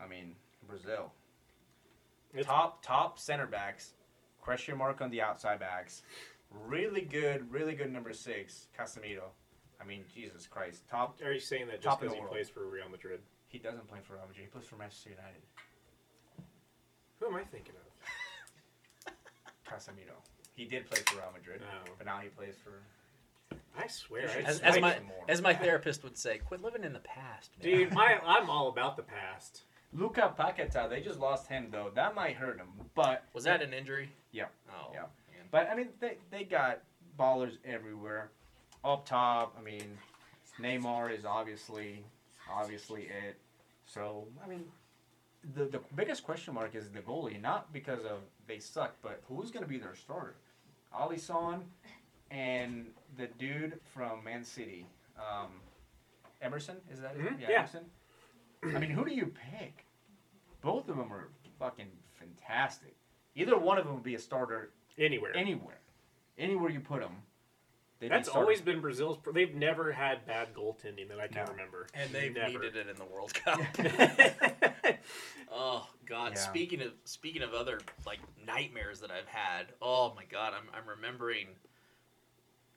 [SPEAKER 5] I mean, Brazil.
[SPEAKER 2] It's-
[SPEAKER 5] top top center backs, question mark on the outside backs. Really good, really good number six, Casemiro. I mean, Jesus Christ, top.
[SPEAKER 6] Are you saying that just
[SPEAKER 5] Top in
[SPEAKER 6] because
[SPEAKER 5] the
[SPEAKER 6] he
[SPEAKER 5] world.
[SPEAKER 6] plays for Real Madrid?
[SPEAKER 5] He doesn't play for Real Madrid. He plays for Manchester United.
[SPEAKER 6] Who am I thinking of?
[SPEAKER 5] Casemiro. He did play for Real Madrid,
[SPEAKER 6] Oh.
[SPEAKER 5] but now he plays for.
[SPEAKER 6] I swear.
[SPEAKER 2] You should
[SPEAKER 6] I
[SPEAKER 1] As,
[SPEAKER 2] It's
[SPEAKER 1] as
[SPEAKER 5] like
[SPEAKER 1] my,
[SPEAKER 5] some more.
[SPEAKER 1] as my therapist would say, quit living in the past. man.
[SPEAKER 2] Dude, my, I'm all about the past.
[SPEAKER 5] Luca Paqueta. They just lost him though. That might hurt him, but
[SPEAKER 1] Was that an injury?
[SPEAKER 5] yeah,
[SPEAKER 1] Oh,
[SPEAKER 5] Yeah.
[SPEAKER 1] man.
[SPEAKER 5] but I mean they they got ballers everywhere. Up top, I mean, Neymar is obviously obviously it. So I mean, the the biggest question mark is the goalie. Not because of they suck, but who's gonna be their starter? Ali Son and the dude from Man City, um, Emerson. Is that it?
[SPEAKER 2] Mhm, yeah.
[SPEAKER 5] Emerson. I mean, who do you pick? Both of them are fucking fantastic. Either one of them would be a starter
[SPEAKER 2] Anywhere.
[SPEAKER 5] anywhere, anywhere you put them.
[SPEAKER 2] That's always been Brazil's. They've never had bad goaltending that I can
[SPEAKER 5] No.
[SPEAKER 2] remember.
[SPEAKER 1] And they've
[SPEAKER 2] never.
[SPEAKER 1] needed it in the World Cup. oh God!
[SPEAKER 5] Yeah.
[SPEAKER 1] Speaking of speaking of other like nightmares that I've had. Oh my God! I'm I'm remembering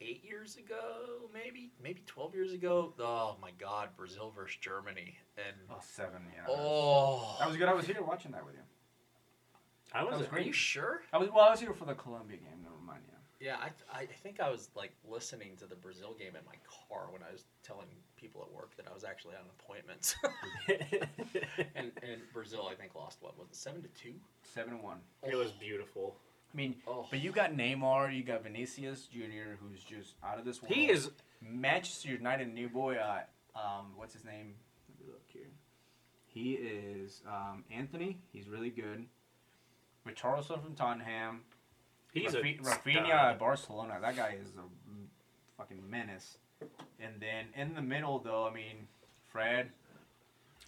[SPEAKER 1] eight years ago, maybe maybe twelve years ago. Oh my God! Brazil versus Germany, and
[SPEAKER 5] oh, seven. Yeah.
[SPEAKER 1] oh,
[SPEAKER 5] that was good. I was here watching that with you.
[SPEAKER 2] I
[SPEAKER 5] That
[SPEAKER 2] was,
[SPEAKER 5] was
[SPEAKER 1] are you
[SPEAKER 5] great.
[SPEAKER 1] sure?
[SPEAKER 5] I was well. I was here for the Colombia game. Never mind. Yeah.
[SPEAKER 1] Yeah, I, I think I was like listening to the Brazil game in my car when I was telling people at work that I was actually on appointments. and, and Brazil, I think, lost what was it seven to two?
[SPEAKER 5] Seven one.
[SPEAKER 2] it was beautiful.
[SPEAKER 5] I mean,
[SPEAKER 1] Oh.
[SPEAKER 5] but you got Neymar, you got Vinicius Junior, who's just out of this world.
[SPEAKER 2] He is.
[SPEAKER 5] Manchester United new boy. Uh, um, what's his name? Let me look here. He is um, Anthony. He's really good. Richarlison from Tottenham.
[SPEAKER 2] He's a
[SPEAKER 5] Rafi- Rafinha
[SPEAKER 2] stud.
[SPEAKER 5] at Barcelona. That guy is a m- fucking menace. And then in the middle, though, I mean, Fred.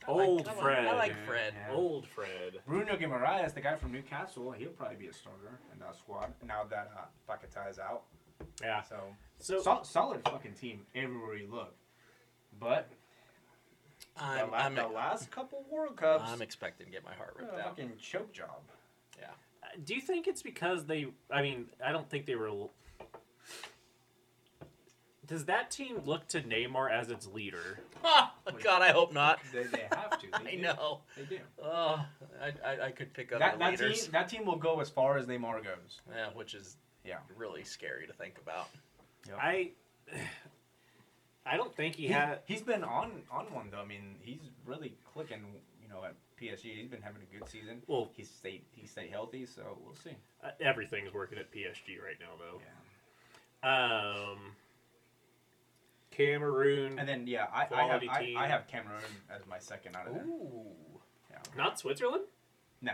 [SPEAKER 2] Old
[SPEAKER 1] I like-
[SPEAKER 2] Fred.
[SPEAKER 1] I like Fred.
[SPEAKER 5] Yeah.
[SPEAKER 2] Old Fred.
[SPEAKER 5] Bruno Guimaraes, the guy from Newcastle, he'll probably be a starter in that squad now that uh, Paquetá is out.
[SPEAKER 2] Yeah.
[SPEAKER 5] So,
[SPEAKER 2] So
[SPEAKER 5] sol- solid fucking team everywhere you look. But the,
[SPEAKER 1] I'm,
[SPEAKER 5] la-
[SPEAKER 1] I'm,
[SPEAKER 5] the last couple World Cups,
[SPEAKER 1] I'm expecting to get my heart ripped
[SPEAKER 5] a
[SPEAKER 1] out.
[SPEAKER 5] fucking choke job.
[SPEAKER 2] do you think it's because they? I mean, I don't think they were. Does that team look to Neymar as its leader?
[SPEAKER 1] Ah, God, I hope not.
[SPEAKER 5] They, they have to. They
[SPEAKER 1] I
[SPEAKER 5] do.
[SPEAKER 1] know.
[SPEAKER 5] They do.
[SPEAKER 1] Oh, I, I, I could pick up
[SPEAKER 5] That,
[SPEAKER 1] the
[SPEAKER 5] that team,
[SPEAKER 1] leaders.
[SPEAKER 5] that team will go as far as Neymar goes.
[SPEAKER 1] Yeah, which is
[SPEAKER 5] Yeah.
[SPEAKER 1] really scary to think about.
[SPEAKER 2] I I don't think he
[SPEAKER 5] He,
[SPEAKER 2] had
[SPEAKER 5] he's been on on one though. I mean, he's really clicking. You know, at PSG, he's been having a good season.
[SPEAKER 2] Well-
[SPEAKER 5] he's stayed he stayed healthy, so we'll see.
[SPEAKER 2] uh, everything's working at PSG right now though.
[SPEAKER 5] Yeah.
[SPEAKER 2] Um Cameroon,
[SPEAKER 5] And then yeah, I, I have
[SPEAKER 2] Quality
[SPEAKER 5] I,
[SPEAKER 2] team.
[SPEAKER 5] I have Cameroon as my second out of there.
[SPEAKER 1] Ooh.
[SPEAKER 2] not Switzerland?
[SPEAKER 5] No,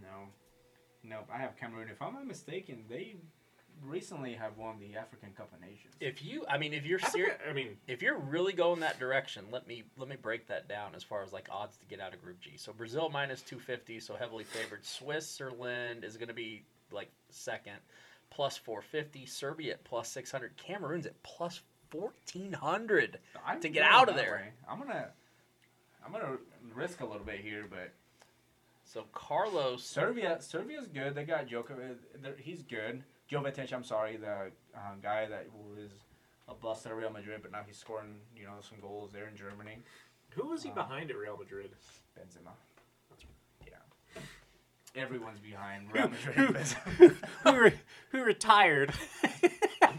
[SPEAKER 5] no, nope. I have Cameroon. If I'm not mistaken, they recently have won the African Cup of Nations.
[SPEAKER 1] If you, I mean, if you're
[SPEAKER 2] I,
[SPEAKER 1] serious,
[SPEAKER 2] forget- I mean,
[SPEAKER 1] if you're really going that direction, let me let me break that down as far as like odds to get out of Group G. So Brazil minus two fifty, so heavily favored. Switzerland is going to be like second, plus four fifty. Serbia at plus six hundred. Cameroon's at plus fourteen hundred.
[SPEAKER 5] I'm
[SPEAKER 1] to get
[SPEAKER 5] going
[SPEAKER 1] out of
[SPEAKER 5] that
[SPEAKER 1] there.
[SPEAKER 5] way. I'm gonna I'm gonna risk a little bit here, but
[SPEAKER 1] So Carlos,
[SPEAKER 5] Serbia Serbia's good. They got Djokovic. they're- He's good. Jovetic, I'm sorry, the um, guy that was a bust at Real Madrid, but now he's scoring you know some goals there in Germany.
[SPEAKER 6] Who was he
[SPEAKER 2] Uh-huh.
[SPEAKER 6] behind at Real Madrid?
[SPEAKER 5] Benzema. Yeah. Everyone's behind Real Madrid.
[SPEAKER 2] who-
[SPEAKER 5] and Benzema.
[SPEAKER 2] who, re- who retired?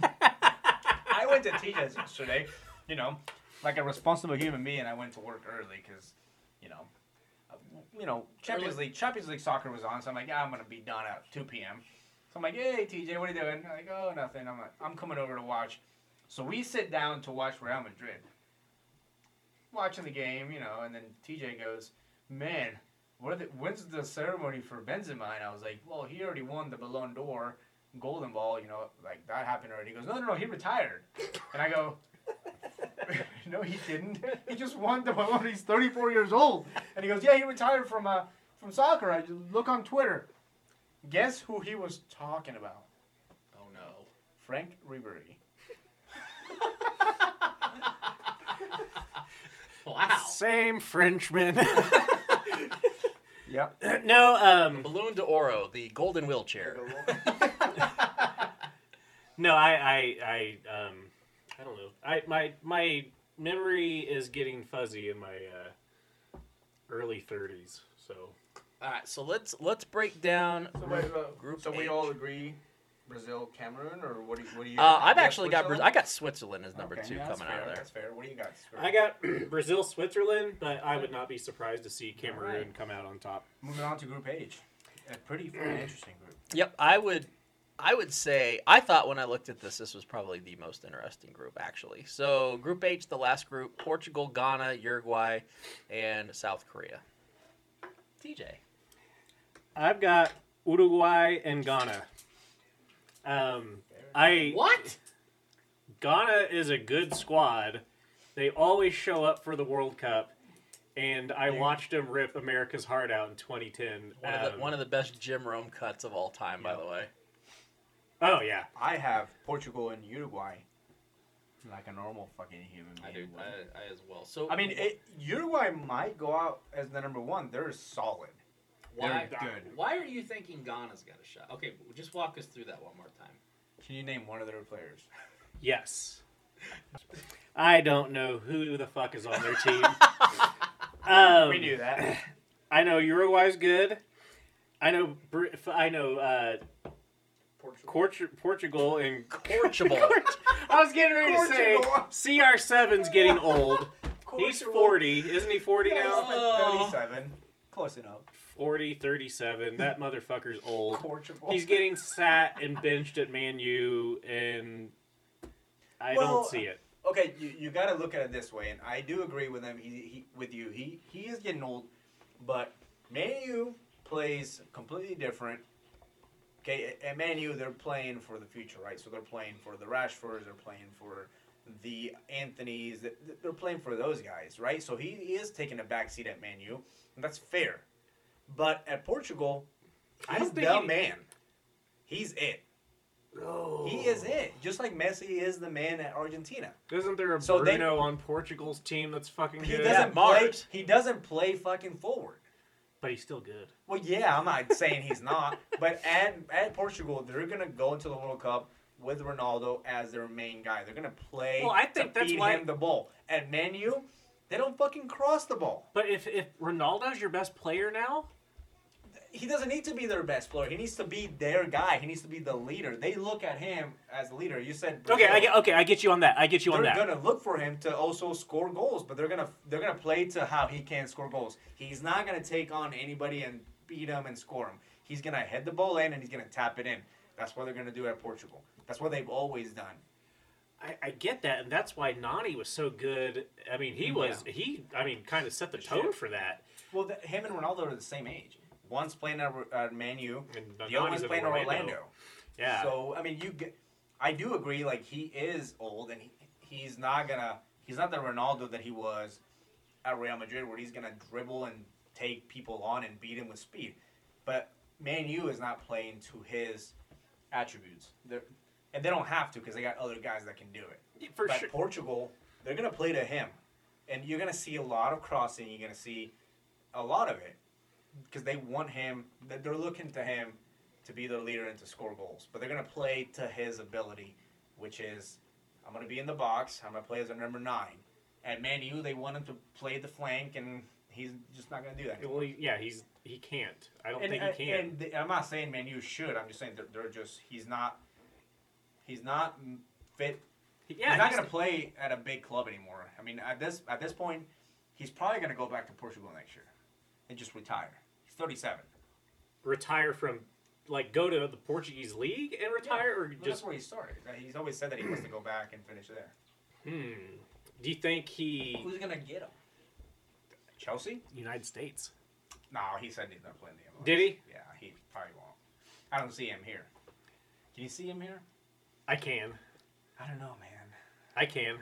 [SPEAKER 5] I went to TJ's yesterday, you know, like a responsible human being. I went to work early because, you know, uh, you know, Champions
[SPEAKER 1] Early.
[SPEAKER 5] League Champions League soccer was on, so I'm like, yeah, I'm gonna be done at 2 p.m. So I'm like, hey TJ, what are you doing? I'm like, oh, nothing. I'm like, I'm coming over to watch. So we sit down to watch Real Madrid, watching the game, you know, and then TJ goes, man. What are the, when's the ceremony for Benzema? And I was like, well, he already won the Ballon d'Or, Golden Ball, you know, like that happened already. He goes, no, no, no, he retired. And I go, no, he didn't. He just won the Ballon. He's 34 years old. And he goes, yeah, he retired from uh, from soccer. I just look on Twitter. Guess who he was talking about?
[SPEAKER 1] oh no,
[SPEAKER 5] Frank Ribery.
[SPEAKER 1] wow,
[SPEAKER 2] Same Frenchman.
[SPEAKER 5] Yep.
[SPEAKER 2] no, um
[SPEAKER 1] Balloon de Oro, the golden wheelchair.
[SPEAKER 2] No, I, I, I, um, I don't know. I, my, my memory is getting fuzzy in my uh, early 30s. So
[SPEAKER 1] All right, so let's let's break down.
[SPEAKER 5] So,
[SPEAKER 1] Group so we H. all
[SPEAKER 5] all agree Brazil, Cameroon, or what do you, what do you
[SPEAKER 1] Uh, I've actually got Braz- I got Switzerland as number two coming out of there.
[SPEAKER 5] That's fair. What do you got? Screw
[SPEAKER 2] I
[SPEAKER 5] it.
[SPEAKER 2] got Brazil, Switzerland, but I would not be surprised to see Cameroon
[SPEAKER 5] Alright.
[SPEAKER 2] come out on top.
[SPEAKER 5] Moving on to Group H. A pretty freaking interesting group.
[SPEAKER 1] Yep, I would I would say I thought when I looked at this this was probably the most interesting group actually. So group H, the last group, Portugal, Ghana, Uruguay, and South Korea. TJ.
[SPEAKER 2] I've got Uruguay and Ghana. Um, I
[SPEAKER 1] What?
[SPEAKER 2] Ghana is a good squad. They always show up for the World Cup, and I watched them rip America's heart out in 2010.
[SPEAKER 1] One of the
[SPEAKER 2] Um,
[SPEAKER 1] one of the best Jim Rome cuts of all time, by the way.
[SPEAKER 2] Oh yeah,
[SPEAKER 5] I have Portugal and Uruguay like a normal fucking human being. would.
[SPEAKER 1] I uh, as well. So
[SPEAKER 5] I mean, it, Uruguay might go out as the number one. They're solid. why- they're good.
[SPEAKER 1] why are you thinking Ghana's got a shot? Okay, just walk us through that one more time.
[SPEAKER 5] Can you name one of their players?
[SPEAKER 2] Yes. I don't know who the fuck is on their team. um,
[SPEAKER 5] we knew that.
[SPEAKER 2] I know Uruguay's good. I know. Br- I know. Uh, Portu- Portugal and
[SPEAKER 1] Portugal.
[SPEAKER 2] I was getting ready
[SPEAKER 5] Portugal.
[SPEAKER 2] to say CR7's getting old. He's 40. Isn't he 40 now?
[SPEAKER 1] Oh.
[SPEAKER 5] 37. Close enough.
[SPEAKER 2] 40, 37. That motherfucker's old.
[SPEAKER 5] Portugal.
[SPEAKER 2] He's getting sat and benched at Man U, and I
[SPEAKER 5] Well,
[SPEAKER 2] don't see it.
[SPEAKER 5] okay, you, you got to look at it this way, and I do agree with him. He, he with you. He he is getting old, but Manu plays completely different. Okay, at Manu they're playing for the future, right? So they're playing for the Rashfords, they're playing for the Anthony's, th- th- they're playing for those guys, right? So he is taking a backseat at Manu, and that's fair. But at Portugal, he's
[SPEAKER 2] I don't think
[SPEAKER 5] the
[SPEAKER 2] he-
[SPEAKER 5] man. He's it. He
[SPEAKER 2] Oh.
[SPEAKER 5] is it. Just like Messi is the man at Argentina.
[SPEAKER 2] Isn't there a
[SPEAKER 5] So they-
[SPEAKER 2] Bruno on Portugal's team that's fucking
[SPEAKER 5] He
[SPEAKER 2] good?
[SPEAKER 5] doesn't play.
[SPEAKER 1] Mars.
[SPEAKER 5] He doesn't play fucking forward.
[SPEAKER 2] but he's still good.
[SPEAKER 5] Well, yeah, I'm not saying he's not, but at at Portugal, they're gonna go into the World Cup with Ronaldo as their main guy. They're gonna play
[SPEAKER 2] Well, I think
[SPEAKER 5] to
[SPEAKER 2] that's
[SPEAKER 5] feed
[SPEAKER 2] why-
[SPEAKER 5] him the ball. At Menu, they don't fucking cross the ball.
[SPEAKER 2] But if if Ronaldo's your best player now,
[SPEAKER 5] He doesn't need to be their best player. He needs to be their guy. He needs to be the leader. They look at him as the leader. You said
[SPEAKER 2] okay, I
[SPEAKER 5] Brazil.
[SPEAKER 2] get okay, I get you on that. I get you on
[SPEAKER 5] they're
[SPEAKER 2] that.
[SPEAKER 5] gonna look for him to also score goals, but they're gonna they're gonna play to how he can score goals. He's not gonna take on anybody and beat him and score him. He's gonna head the ball in and he's gonna tap it in. That's what they're gonna do at Portugal. That's what they've always done.
[SPEAKER 2] I, I get that, and that's why Nani was so good. I mean, he was he. I mean, kind of set the tone for that.
[SPEAKER 5] Well, th him and Ronaldo are the same age. One's playing at, at Man U,
[SPEAKER 2] And
[SPEAKER 5] the other
[SPEAKER 2] Nani's
[SPEAKER 5] one's
[SPEAKER 2] in
[SPEAKER 5] playing at
[SPEAKER 2] Orlando.
[SPEAKER 5] Orlando.
[SPEAKER 2] Yeah.
[SPEAKER 5] So I mean, you get. I do agree. Like he is old, and he, he's not gonna. He's not the Ronaldo that he was at Real Madrid, where he's gonna dribble and take people on and beat him with speed. But Man U is not playing to his attributes. They're, and they don't have to because they got other guys that can do it.
[SPEAKER 2] for
[SPEAKER 5] but
[SPEAKER 2] sure.
[SPEAKER 5] Portugal, they're gonna play to him, and you're gonna see a lot of crossing. You're gonna see a lot of it because they want him. They're they're looking to him to be their leader and to score goals. But they're gonna play to his ability, which is I'm gonna be in the box. I'm gonna play as a number nine. At Man U, they want him to play the flank, and he's just not gonna do that.
[SPEAKER 2] Well, he- yeah, he's he can't. I don't
[SPEAKER 5] And,
[SPEAKER 2] think he can.
[SPEAKER 5] and th- I'm not saying Man U should. I'm just saying they're, they're just he's not he's not mm, fit
[SPEAKER 2] yeah,
[SPEAKER 5] he's not going to play at a big club anymore. I mean, at this at this point, he's probably going to go back to Portugal next year and just retire. He's 37.
[SPEAKER 2] retire from like go to the Portuguese league and retire, or
[SPEAKER 5] Well,
[SPEAKER 2] just
[SPEAKER 5] that's where he started. Uh, He's always said that he wants to go back and finish there.
[SPEAKER 2] Hmm. do you think he
[SPEAKER 5] going to get him? Chelsea?
[SPEAKER 2] United States?
[SPEAKER 5] No, he said he's not playing the MLS.
[SPEAKER 2] Did he?
[SPEAKER 5] Yeah, he probably won't. I don't see him here. Can you see him here?
[SPEAKER 2] I can,
[SPEAKER 5] I don't know, man.
[SPEAKER 2] I can.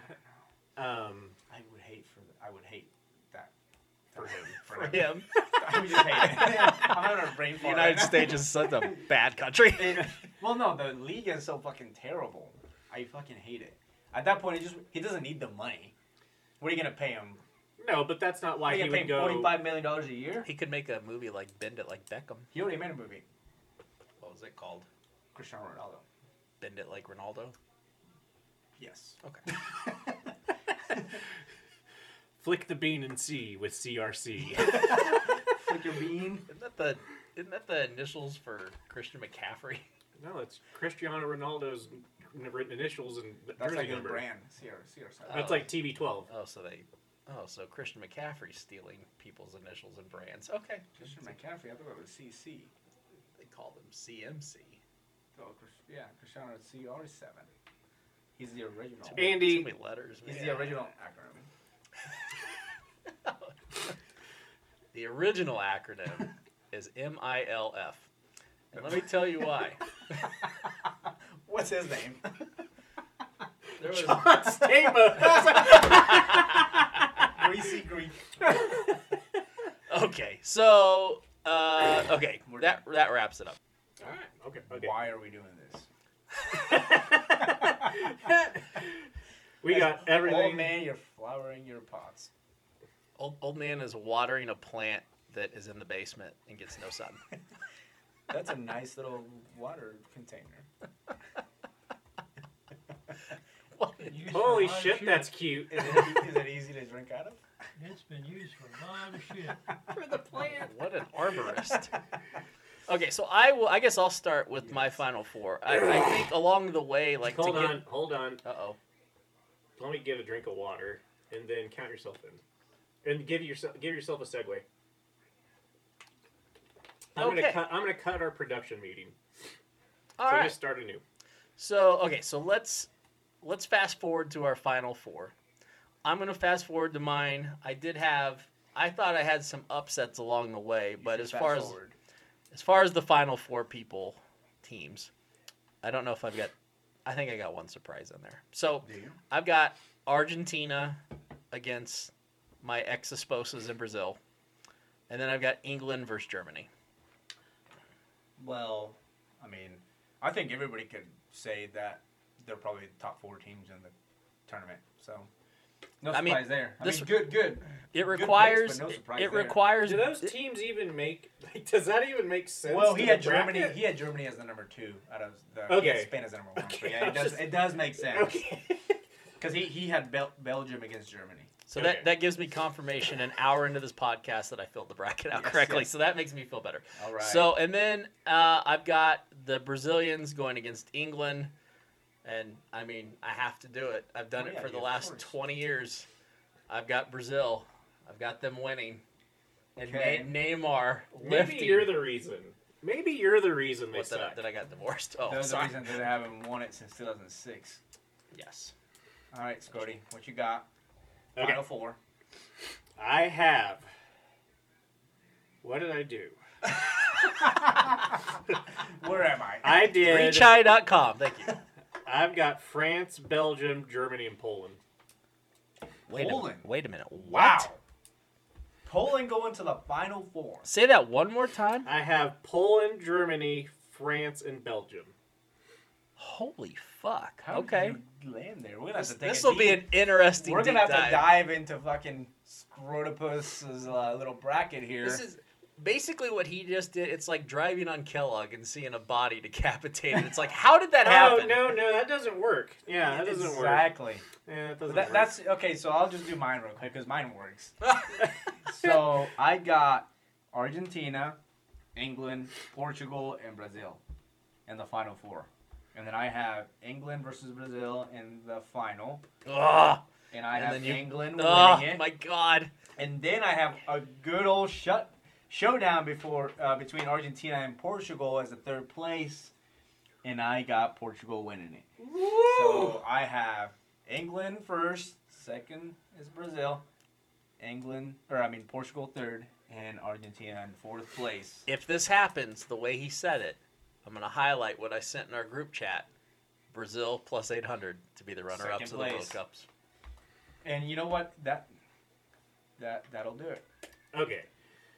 [SPEAKER 2] Um,
[SPEAKER 5] I would hate for the, I would hate that
[SPEAKER 2] for him.
[SPEAKER 5] for, him.
[SPEAKER 1] Him.
[SPEAKER 5] I would just hate it. I'm having a brain fart. right
[SPEAKER 1] United
[SPEAKER 5] now.
[SPEAKER 1] States is such a bad country.
[SPEAKER 5] It- well, no, the league is so fucking terrible. I fucking hate it. At that point, it just he doesn't need the money. What are you gonna pay him?
[SPEAKER 2] No, but that's not
[SPEAKER 5] Are
[SPEAKER 2] why
[SPEAKER 5] you
[SPEAKER 2] he
[SPEAKER 5] gonna pay
[SPEAKER 2] would
[SPEAKER 5] him
[SPEAKER 2] go.
[SPEAKER 5] forty-five million dollars a year?
[SPEAKER 1] He could make a movie like Bend It Like Beckham.
[SPEAKER 5] He already made a movie. What was it called? Cristiano Ronaldo.
[SPEAKER 1] Bend It Like Ronaldo.
[SPEAKER 5] Yes.
[SPEAKER 1] Okay.
[SPEAKER 2] Flick the bean and see with CRC.
[SPEAKER 5] Flick your bean.
[SPEAKER 1] Isn't that the isn't that the initials for Christian McCaffrey?
[SPEAKER 2] No, it's Cristiano Ronaldo's n- written initials and
[SPEAKER 5] That's
[SPEAKER 2] jersey
[SPEAKER 5] like his
[SPEAKER 2] number.
[SPEAKER 5] brand. CR, CR7.
[SPEAKER 2] That's like TB12.
[SPEAKER 1] Oh, so they oh, so Christian McCaffrey's stealing people's initials and brands. Okay.
[SPEAKER 5] Christian McCaffrey. I thought it was CC.
[SPEAKER 1] They call them CMC.
[SPEAKER 5] Oh, Chris- yeah, Cristiano CR7. He's the original.
[SPEAKER 2] Andy-
[SPEAKER 1] Too many letters.
[SPEAKER 5] He's
[SPEAKER 1] man.
[SPEAKER 5] the original acronym.
[SPEAKER 1] The original acronym is MILF. And let me tell you why.
[SPEAKER 5] What's his name?
[SPEAKER 1] There was
[SPEAKER 5] Greasy Greek.
[SPEAKER 1] Okay. So, uh, okay. That that wraps it up.
[SPEAKER 2] All right. Okay. Okay.
[SPEAKER 5] Why are we doing this?
[SPEAKER 2] We got
[SPEAKER 5] Oh
[SPEAKER 2] everything.
[SPEAKER 5] man, you're flowering your pots.
[SPEAKER 1] Old, old man is watering a plant that is in the basement and gets no sun.
[SPEAKER 5] That's a nice little water container.
[SPEAKER 1] What?
[SPEAKER 2] Holy shit, that's cute.
[SPEAKER 5] Is it, is it easy to drink out of?
[SPEAKER 7] It's been used for a lot of shit.
[SPEAKER 1] What an arborist. Okay, so I will. I guess I'll start with my final four. I, I think along the way, like
[SPEAKER 2] Hold
[SPEAKER 1] to
[SPEAKER 2] on. Hold on.
[SPEAKER 1] get. Uh oh.
[SPEAKER 2] Let me get a drink of water and then count yourself in, and give yourself give yourself a segue. I'm
[SPEAKER 1] Okay.
[SPEAKER 2] gonna cut. I'm gonna cut our production meeting.
[SPEAKER 1] All
[SPEAKER 2] so
[SPEAKER 1] right.
[SPEAKER 2] just start anew.
[SPEAKER 1] So okay, so let's let's fast forward to our final four. I'm gonna fast forward to mine. I did have. I thought I had some upsets along the way, but as far as as far as the final four people teams, I don't know if I've got. I think I got one surprise in there. So I've got Argentina against my ex esposas in Brazil, and then I've got England versus Germany.
[SPEAKER 5] well, I mean, I think everybody could say that they're probably the top four teams in the tournament. So No
[SPEAKER 1] I
[SPEAKER 5] surprise
[SPEAKER 1] mean,
[SPEAKER 5] there. I
[SPEAKER 1] this-
[SPEAKER 5] mean, good, good.
[SPEAKER 1] It
[SPEAKER 5] picks,
[SPEAKER 1] requires
[SPEAKER 5] but no
[SPEAKER 1] it-
[SPEAKER 5] surprise
[SPEAKER 1] it
[SPEAKER 5] there.
[SPEAKER 1] requires
[SPEAKER 2] Do those teams even make? Like, does that even make sense?
[SPEAKER 5] Well,
[SPEAKER 2] to
[SPEAKER 5] he
[SPEAKER 2] the
[SPEAKER 5] had Germany.
[SPEAKER 2] bracket?
[SPEAKER 5] He had Germany as the number two out of the.
[SPEAKER 2] Okay.
[SPEAKER 5] he had Spain as the number one.
[SPEAKER 2] Okay,
[SPEAKER 5] So yeah,
[SPEAKER 2] I
[SPEAKER 5] it does.
[SPEAKER 2] was just-
[SPEAKER 5] It does make sense
[SPEAKER 2] Okay.
[SPEAKER 5] because he, he had Bel- Belgium against Germany.
[SPEAKER 1] so
[SPEAKER 2] Okay.
[SPEAKER 1] that that gives me confirmation an hour into this podcast that I filled the bracket out
[SPEAKER 5] Yes,
[SPEAKER 1] correctly.
[SPEAKER 5] yes.
[SPEAKER 1] So that makes me feel better.
[SPEAKER 5] All right.
[SPEAKER 1] So and then uh, I've got the Brazilians going against England, and I mean I have to do it. I've done
[SPEAKER 5] Oh,
[SPEAKER 1] it
[SPEAKER 5] yeah,
[SPEAKER 1] for the
[SPEAKER 5] yeah, of
[SPEAKER 1] last
[SPEAKER 5] course.
[SPEAKER 1] twenty years. I've got Brazil. I've got them winning. And
[SPEAKER 5] Okay.
[SPEAKER 1] Ne- Neymar
[SPEAKER 2] Maybe
[SPEAKER 1] lifting.
[SPEAKER 2] you're the reason. Maybe you're the reason they
[SPEAKER 1] what, that, I,
[SPEAKER 2] suck.
[SPEAKER 1] that I got divorced. Oh,
[SPEAKER 5] Those are the
[SPEAKER 1] sorry.
[SPEAKER 5] reasons that I haven't won it since 2006.
[SPEAKER 1] Yes.
[SPEAKER 5] All right, Scotty, what you got?
[SPEAKER 2] Okay.
[SPEAKER 5] Final four.
[SPEAKER 2] I have. What did I do?
[SPEAKER 5] Where am I?
[SPEAKER 2] I did.
[SPEAKER 1] Freechai.com. Thank you.
[SPEAKER 2] I've got France, Belgium, Germany, and Poland.
[SPEAKER 1] Wait a minute.
[SPEAKER 5] Poland.
[SPEAKER 1] Wait a minute. What?
[SPEAKER 5] Poland going to the final four.
[SPEAKER 1] Say that one more time.
[SPEAKER 2] I have Poland, Germany, France, and Belgium.
[SPEAKER 1] Holy fuck.
[SPEAKER 5] How did
[SPEAKER 1] okay.
[SPEAKER 5] you land there. We're gonna have to take
[SPEAKER 1] This
[SPEAKER 5] a
[SPEAKER 1] will be
[SPEAKER 5] deep-
[SPEAKER 1] an interesting
[SPEAKER 5] We're gonna
[SPEAKER 1] deep
[SPEAKER 5] have
[SPEAKER 1] dive.
[SPEAKER 5] to dive into fucking Scrotopus's uh, little bracket here.
[SPEAKER 1] This is basically what he just did. It's like driving on Kellogg and seeing a body decapitated. It's like, how did that
[SPEAKER 2] Oh
[SPEAKER 1] happen?
[SPEAKER 2] no, no, that doesn't work. Yeah, that doesn't work.
[SPEAKER 5] exactly.
[SPEAKER 2] Yeah, that
[SPEAKER 5] But
[SPEAKER 2] doesn't
[SPEAKER 5] That,
[SPEAKER 2] work.
[SPEAKER 5] that's okay. So I'll just do mine real quick because mine works. so I got Argentina, England, Portugal, and Brazil in the final four, and then I have England versus Brazil in the final,
[SPEAKER 1] Ugh.
[SPEAKER 5] and I
[SPEAKER 1] And
[SPEAKER 5] have
[SPEAKER 1] then you-
[SPEAKER 5] England
[SPEAKER 1] Oh,
[SPEAKER 5] winning it,
[SPEAKER 1] my god.
[SPEAKER 5] and then I have a good old shut showdown before uh, between Argentina and Portugal as the third place, and I got Portugal winning it. So I have England first, second is Brazil, England or I mean Portugal third, and Argentina in fourth place.
[SPEAKER 1] If this happens the way he said it, I'm going to highlight what I sent in our group chat. Brazil plus 800 to be the runner ups
[SPEAKER 5] Second
[SPEAKER 1] of the World
[SPEAKER 5] place.
[SPEAKER 1] Cups.
[SPEAKER 5] And you know what? That that that'll do it.
[SPEAKER 2] Okay.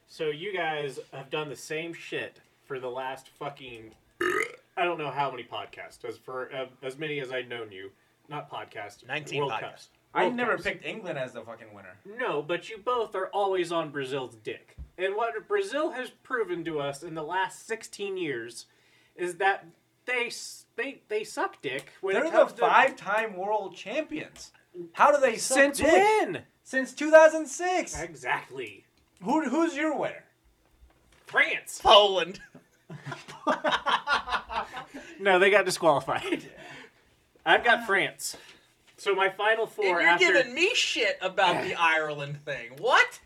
[SPEAKER 2] So you guys have done the same shit for the last fucking I don't know how many podcasts as for uh, as many as I've known you, not podcasts,
[SPEAKER 1] 19
[SPEAKER 2] World
[SPEAKER 1] podcasts.
[SPEAKER 2] Cups.
[SPEAKER 5] I
[SPEAKER 2] World
[SPEAKER 5] never
[SPEAKER 2] Cups.
[SPEAKER 5] picked England as the fucking winner.
[SPEAKER 2] No, but you both are always on Brazil's dick. And what Brazil has proven to us in the last 16 years is that they s- they they suck dick when it
[SPEAKER 5] They're the
[SPEAKER 2] comes to
[SPEAKER 5] five-time world champions. How do they suck
[SPEAKER 2] since
[SPEAKER 5] dick?
[SPEAKER 2] when?
[SPEAKER 5] Since 2006.
[SPEAKER 2] Exactly.
[SPEAKER 5] Who, who's your winner?
[SPEAKER 2] France.
[SPEAKER 1] Poland.
[SPEAKER 2] No, they got disqualified. I've got France. So my final four
[SPEAKER 1] And you're
[SPEAKER 2] after
[SPEAKER 1] giving me shit about the Ireland thing. What?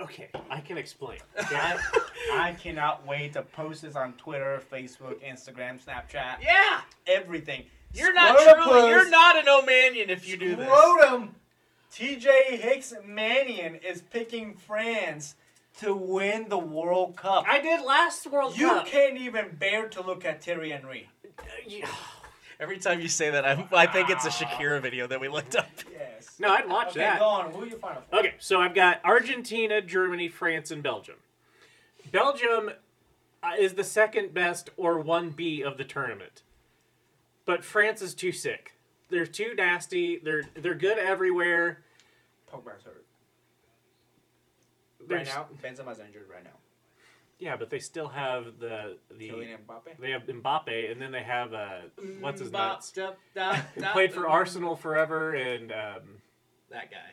[SPEAKER 2] Okay, I can explain.
[SPEAKER 5] I, I cannot wait to post this on Twitter, Facebook, Instagram, Snapchat,
[SPEAKER 1] Yeah.
[SPEAKER 5] everything.
[SPEAKER 1] You're not
[SPEAKER 5] Scrotum
[SPEAKER 1] truly. You're
[SPEAKER 5] puss.
[SPEAKER 1] not an Omanian if you do this.
[SPEAKER 5] Scrotum. TJ Hicks Mannion is picking France to win the World Cup.
[SPEAKER 2] I did last World
[SPEAKER 5] you
[SPEAKER 2] Cup.
[SPEAKER 5] can't even bear to look at Terry Henry.
[SPEAKER 1] Every time you say that, I, I think it's a Shakira video that we looked up.
[SPEAKER 5] Yes.
[SPEAKER 2] No, I'd watch
[SPEAKER 5] okay,
[SPEAKER 2] that.
[SPEAKER 5] go on. Who are your final four?
[SPEAKER 2] Okay, so I've got Argentina, Germany, France, and Belgium. Belgium uh, is the second best or 1B of the tournament. But France is too sick. They're too nasty. They're they're good everywhere.
[SPEAKER 5] Pogba's hurt.
[SPEAKER 2] They're
[SPEAKER 5] Right
[SPEAKER 2] s-
[SPEAKER 5] now, Benzema's injured right now.
[SPEAKER 2] Yeah, but they still have the the
[SPEAKER 5] Kylian Mbappe.
[SPEAKER 2] they have Mbappe and then they have uh what's his nuts?
[SPEAKER 1] He
[SPEAKER 2] Played for Arsenal forever and um
[SPEAKER 1] That guy.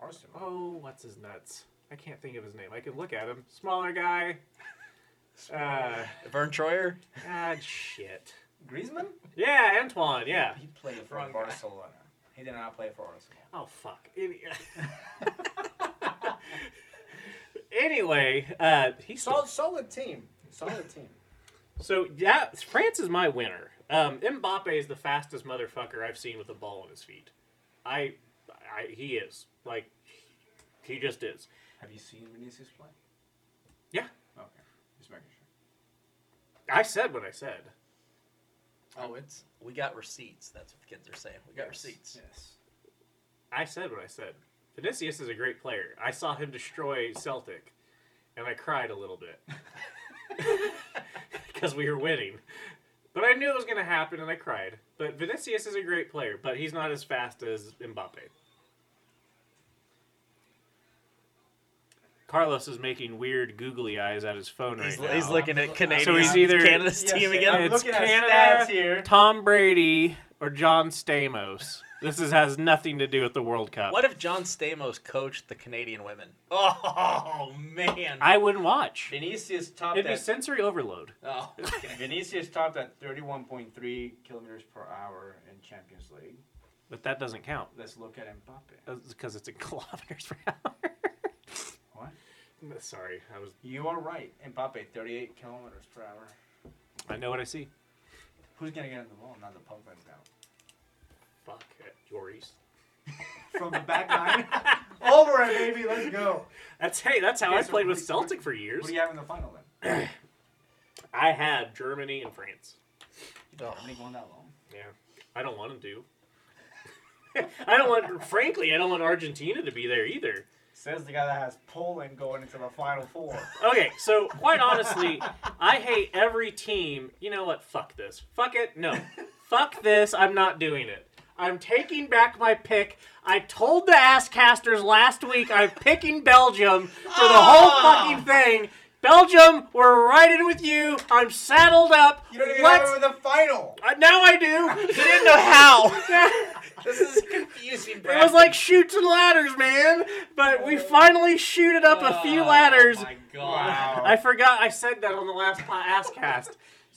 [SPEAKER 5] Arsenal.
[SPEAKER 2] Oh, what's his nuts? I can't think of his name. I can look at him. Smaller guy. Uh,
[SPEAKER 1] Vern Troyer.
[SPEAKER 2] God, shit.
[SPEAKER 5] Griezmann?
[SPEAKER 2] Yeah, Antoine. Yeah.
[SPEAKER 5] He played for Barcelona. He did not play for Arsenal.
[SPEAKER 2] Oh fuck. Any- anyway, uh, he
[SPEAKER 8] Solid,
[SPEAKER 2] still.
[SPEAKER 8] solid team. Solid team.
[SPEAKER 2] So yeah, France is my winner. Um, Mbappe is the fastest motherfucker I've seen with a ball on his feet. I, I he is like, he just is.
[SPEAKER 5] Have you seen Vinicius play?
[SPEAKER 2] Yeah.
[SPEAKER 5] Okay. Just making sure.
[SPEAKER 2] I said what I said.
[SPEAKER 1] Oh, it's we got receipts. That's what the kids are saying. We got receipts.
[SPEAKER 5] Yes.
[SPEAKER 2] I said what I said. Vinicius is a great player. I saw him destroy Celtic, and I cried a little bit because we were winning. But I knew it was going to happen, and I cried. But Vinicius is a great player, but he's not as fast as Mbappe. Carlos is making weird googly eyes at his phone
[SPEAKER 1] He's,
[SPEAKER 2] right now.
[SPEAKER 1] he's looking at Canadians,
[SPEAKER 2] So he's either-
[SPEAKER 1] Canada's team again.
[SPEAKER 2] It's
[SPEAKER 9] looking at
[SPEAKER 2] Canada,
[SPEAKER 9] stats here.
[SPEAKER 2] Tom Brady, or John Stamos. This is, has nothing to do with the World Cup.
[SPEAKER 1] What if John Stamos coached the Canadian women? Oh man,
[SPEAKER 2] I wouldn't watch.
[SPEAKER 5] Vinicius topped
[SPEAKER 2] It'd be
[SPEAKER 5] at
[SPEAKER 2] sensory overload.
[SPEAKER 1] oh,
[SPEAKER 5] Vinicius topped at 31.3 kilometers per hour in Champions League.
[SPEAKER 2] But that doesn't count
[SPEAKER 5] Let's look at Mbappe.
[SPEAKER 2] because it's in kilometers per hour.
[SPEAKER 5] What?
[SPEAKER 2] Sorry, I was.
[SPEAKER 5] You are right. Mbappe, 38 kilometers per hour.
[SPEAKER 2] I know what I see.
[SPEAKER 5] Who's gonna get on the ball? Not the pump runs out.
[SPEAKER 2] Fuck it, Joris.
[SPEAKER 5] From the back nine, over it, baby. Let's go.
[SPEAKER 2] That's hey, that's how
[SPEAKER 5] Okay,
[SPEAKER 2] I
[SPEAKER 5] so
[SPEAKER 2] played
[SPEAKER 5] what
[SPEAKER 2] with
[SPEAKER 5] do you-
[SPEAKER 2] Celtic for years.
[SPEAKER 5] What do you have in the final then?
[SPEAKER 2] I had Germany and France.
[SPEAKER 1] Oh.
[SPEAKER 5] Germany going that long?
[SPEAKER 2] Yeah, I don't want them to. I don't want, frankly, I don't want Argentina to be there either.
[SPEAKER 5] Says the guy that has Poland going into the final four.
[SPEAKER 2] Okay, so quite honestly, I hate every team. You know what? Fuck this. Fuck it. No. Fuck this. I'm not doing it. I'm taking back my pick. I told the Asscasters last week I'm picking Belgium for the
[SPEAKER 5] Ah.
[SPEAKER 2] whole fucking thing. Belgium, we're right in with you. I'm saddled up.
[SPEAKER 5] You don't even
[SPEAKER 2] Let's-
[SPEAKER 5] have it in the final.
[SPEAKER 2] Uh, now I do.
[SPEAKER 1] didn't know how. this is confusing.
[SPEAKER 2] It was like shoots and ladders, man. But we finally shooted up a
[SPEAKER 5] Ah,
[SPEAKER 2] few ladders.
[SPEAKER 1] Oh my god.
[SPEAKER 5] Wow.
[SPEAKER 2] I forgot I said that on the last po- Askcast.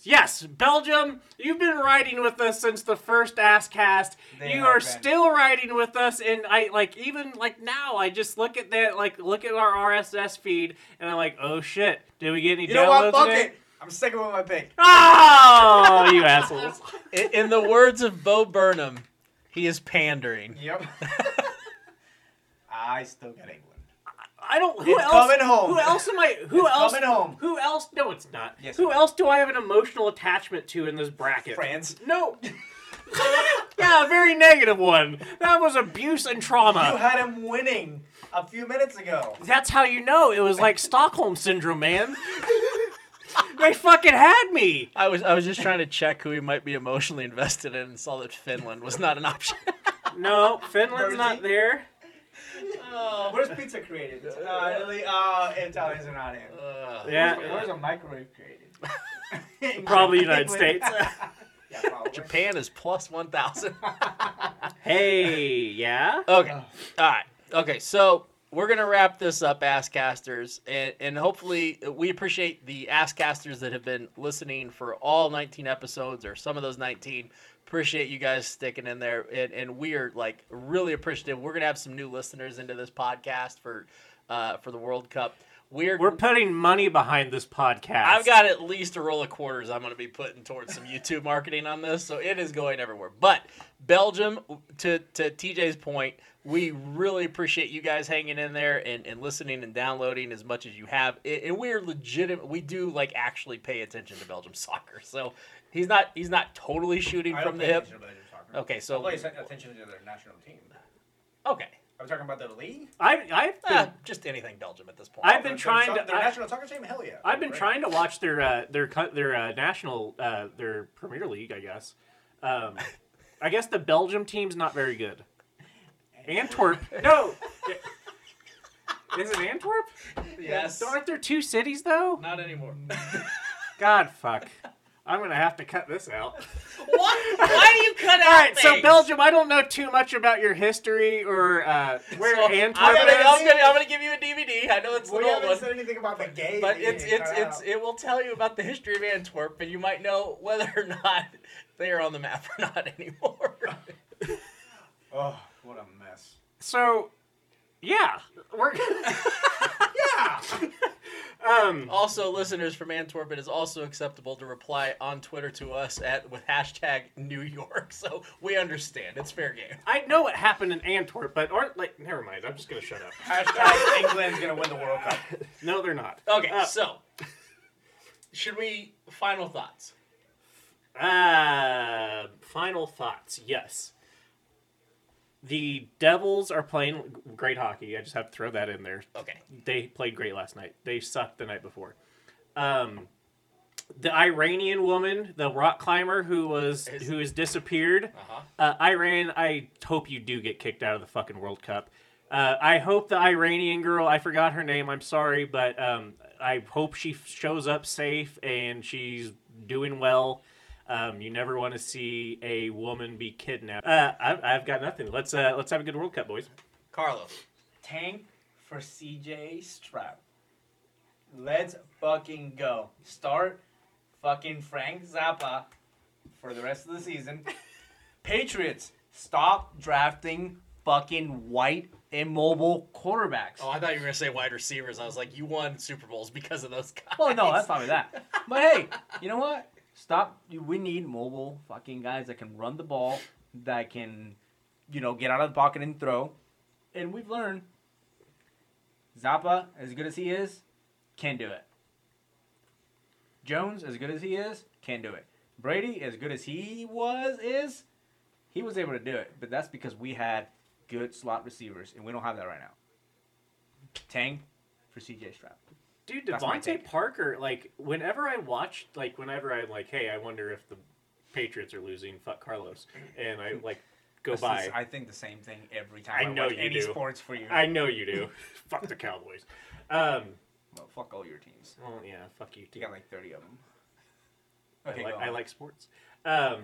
[SPEAKER 2] Yes, Belgium, you've been riding with us since the first Askcast.
[SPEAKER 5] They
[SPEAKER 2] you
[SPEAKER 5] have
[SPEAKER 2] are
[SPEAKER 5] been.
[SPEAKER 2] still riding with us, and I like even like now. I just look at that, like look at our RSS feed, and I'm like, oh shit, did we get any
[SPEAKER 5] You know
[SPEAKER 2] downloads
[SPEAKER 5] what? Fuck
[SPEAKER 2] today?
[SPEAKER 5] it. I'm sticking with my pick.
[SPEAKER 2] Oh, you assholes!
[SPEAKER 1] In, in the words of Bo Burnham, he is pandering.
[SPEAKER 5] Yep. I still got England.
[SPEAKER 2] I don't. Who
[SPEAKER 5] It's
[SPEAKER 2] else?
[SPEAKER 5] coming home.
[SPEAKER 2] Who else am I? Who
[SPEAKER 5] It's
[SPEAKER 2] else?
[SPEAKER 5] coming home.
[SPEAKER 2] Who else? No, it's not.
[SPEAKER 5] Yes,
[SPEAKER 2] who
[SPEAKER 5] it is.
[SPEAKER 2] else do I have an emotional attachment to in this bracket?
[SPEAKER 5] France.
[SPEAKER 2] No. yeah, a very negative one. That was abuse and
[SPEAKER 5] You
[SPEAKER 2] trauma.
[SPEAKER 5] had him winning a few minutes ago.
[SPEAKER 2] That's how you know it was like Stockholm syndrome, man. they fucking had me.
[SPEAKER 1] I was I was just trying to check who he might be emotionally invested in and saw that Finland was not an option.
[SPEAKER 2] No, Finland's not
[SPEAKER 5] Bertie?
[SPEAKER 2] there.
[SPEAKER 5] Where's pizza created? It's, uh, Italy, uh, Italians are not in.
[SPEAKER 2] Yeah,
[SPEAKER 5] Where's a microwave created?
[SPEAKER 2] probably United States.
[SPEAKER 5] yeah, probably.
[SPEAKER 1] Japan is plus one thousand.
[SPEAKER 2] hey, yeah.
[SPEAKER 1] Okay. All right. Okay. So we're gonna wrap this up, Askcasters, and and hopefully we appreciate the Askcasters that have been listening for all 19 episodes or some of those 19. Appreciate you guys sticking in there, and and we are like really appreciative. We're gonna have some new listeners into this podcast for, uh, for the World Cup. We're
[SPEAKER 2] We're putting money behind this podcast.
[SPEAKER 1] I've got at least a roll of quarters I'm going to be putting towards some YouTube marketing on this, so it is going everywhere. But Belgium, to, to TJ's point, we really appreciate you guys hanging in there and, and listening and downloading as much as you have. And and we're legitimate. We do like actually pay attention to Belgium soccer, so he's not he's not totally shooting
[SPEAKER 5] I don't
[SPEAKER 1] from the
[SPEAKER 5] pay
[SPEAKER 1] hip.
[SPEAKER 5] attention to Belgian soccer.
[SPEAKER 1] Okay,
[SPEAKER 5] I
[SPEAKER 1] so
[SPEAKER 5] play attention to their national team.
[SPEAKER 1] okay,
[SPEAKER 5] I'm talking about the league.
[SPEAKER 2] I, I've been
[SPEAKER 1] Ah, just anything Belgium at this point.
[SPEAKER 2] I've
[SPEAKER 5] Their
[SPEAKER 2] been trying
[SPEAKER 5] so-
[SPEAKER 2] to.
[SPEAKER 5] their
[SPEAKER 2] I,
[SPEAKER 5] national soccer team. Hell yeah.
[SPEAKER 2] I've been
[SPEAKER 5] Right.
[SPEAKER 2] trying to watch their uh, their co- their uh, national uh, their Premier League. I guess. Um, I guess the Belgium team's not very good. Antwerp. No. Is it Antwerp?
[SPEAKER 1] yes,
[SPEAKER 2] Aren't there two cities though?
[SPEAKER 1] not anymore.
[SPEAKER 2] God fuck. I'm gonna have to cut this out.
[SPEAKER 1] what? Why do you cut out?
[SPEAKER 2] All right, so
[SPEAKER 1] things?
[SPEAKER 2] Belgium, I don't know too much about your history or uh, where
[SPEAKER 1] So,
[SPEAKER 2] Antwerp
[SPEAKER 1] I'm gonna,
[SPEAKER 2] is.
[SPEAKER 1] I'm, gonna, I'm gonna give you a DVD. I know it's an
[SPEAKER 5] We
[SPEAKER 1] old
[SPEAKER 5] haven't
[SPEAKER 1] one,
[SPEAKER 5] said anything about the game.
[SPEAKER 1] but it's it's it's it will tell you about the history of Antwerp, and you might know whether or not they are on the map or not anymore.
[SPEAKER 5] Oh, what a mess.
[SPEAKER 2] So, yeah, we're.
[SPEAKER 1] also, listeners from Antwerp, it is also acceptable to reply on Twitter to us at with hashtag New York. So we understand it's fair game.
[SPEAKER 2] I know what happened in Antwerp, but aren't like. Never mind. I'm just gonna shut up.
[SPEAKER 5] Hashtag England's gonna win the World Cup.
[SPEAKER 2] No, they're not.
[SPEAKER 1] Okay,
[SPEAKER 2] Uh,
[SPEAKER 1] so should we final thoughts?
[SPEAKER 2] Uh, final thoughts. Yes. The Devils are playing great hockey. I just have to throw that in there.
[SPEAKER 1] Okay,
[SPEAKER 2] They played great last night. They sucked the night before. Um, the Iranian woman, the rock climber who was
[SPEAKER 1] Is-
[SPEAKER 2] who has disappeared.
[SPEAKER 1] uh huh.
[SPEAKER 2] Uh, Iran, I hope you do get kicked out of the fucking World Cup. Uh, I hope the Iranian girl, I forgot her name, I'm sorry, but um, I hope she f- shows up safe and she's doing well. Um, you never want to see a woman be kidnapped. Uh, I, I've got nothing. Let's uh, let's have a good World Cup, boys.
[SPEAKER 1] Carlos.
[SPEAKER 5] Tank for CJ Stroud. Let's fucking go. Start fucking Frank Zappa
[SPEAKER 10] for the rest of the season.
[SPEAKER 5] Patriots, stop drafting fucking white immobile quarterbacks.
[SPEAKER 1] Oh, I thought you were gonna say wide receivers. I was like, you won Super Bowls because of those guys.
[SPEAKER 5] Well, no, that's not with that. But hey, you know what? Stop. We need mobile fucking guys that can run the ball, that can, you know, get out of the pocket and throw. And we've learned Zappa, as good as he is, can do it. Jones, as good as he is, can do it. Brady, as good as he was, is he was able to do it. But that's because we had good slot receivers, and we don't have that right now. Tang for CJ Stroud.
[SPEAKER 2] Dude,
[SPEAKER 5] That's my
[SPEAKER 2] Devontae
[SPEAKER 5] take.
[SPEAKER 2] Parker, like, whenever I watch, like, whenever I'm like, hey, I wonder if the Patriots are losing, fuck Carlos. And I, like, go
[SPEAKER 10] This is-
[SPEAKER 2] by.
[SPEAKER 10] I think the same thing every time.
[SPEAKER 2] I know
[SPEAKER 10] watch
[SPEAKER 2] you
[SPEAKER 10] any
[SPEAKER 2] do.
[SPEAKER 10] sports for you.
[SPEAKER 2] I know you do. fuck the Cowboys. Um,
[SPEAKER 10] Well, fuck all your teams.
[SPEAKER 2] well, yeah, fuck you, too.
[SPEAKER 10] You got like thirty of them.
[SPEAKER 2] I,
[SPEAKER 10] Okay,
[SPEAKER 2] like,
[SPEAKER 10] go
[SPEAKER 2] I
[SPEAKER 10] on.
[SPEAKER 2] like sports. Um,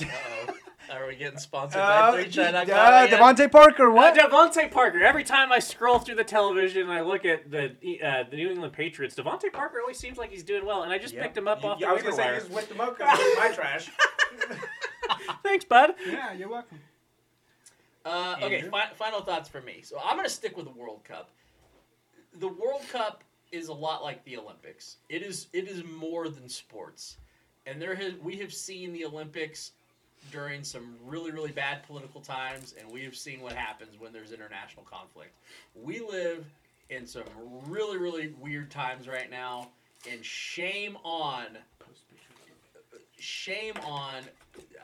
[SPEAKER 1] Uh-oh. Are we getting
[SPEAKER 10] Oh,
[SPEAKER 1] sponsored
[SPEAKER 11] Uh,
[SPEAKER 5] Um,
[SPEAKER 1] by Blue Chew? Not
[SPEAKER 11] uh,
[SPEAKER 1] yet?
[SPEAKER 11] Devontae Parker, what?
[SPEAKER 2] Uh, Devontae Parker. Every time I scroll through the television and I look at the uh, the New England Patriots, Devontae Parker always seems like he's doing well, and I just picked him up off
[SPEAKER 10] Yeah, I
[SPEAKER 2] the
[SPEAKER 10] was gonna
[SPEAKER 2] waiver
[SPEAKER 10] say
[SPEAKER 2] wire.
[SPEAKER 10] you just whipped them up 'cause it's my trash.
[SPEAKER 2] Thanks, bud.
[SPEAKER 11] Yeah, you're welcome.
[SPEAKER 1] Uh, okay,
[SPEAKER 11] Andrew?
[SPEAKER 1] fi- final thoughts for me. So I'm going to stick with the World Cup. The World Cup is a lot like the Olympics. It is it is more than sports, and there has, we have seen the Olympics during some really really bad political times, and we have seen what happens when there's international conflict. We live in some really really weird times right now, and shame on shame on.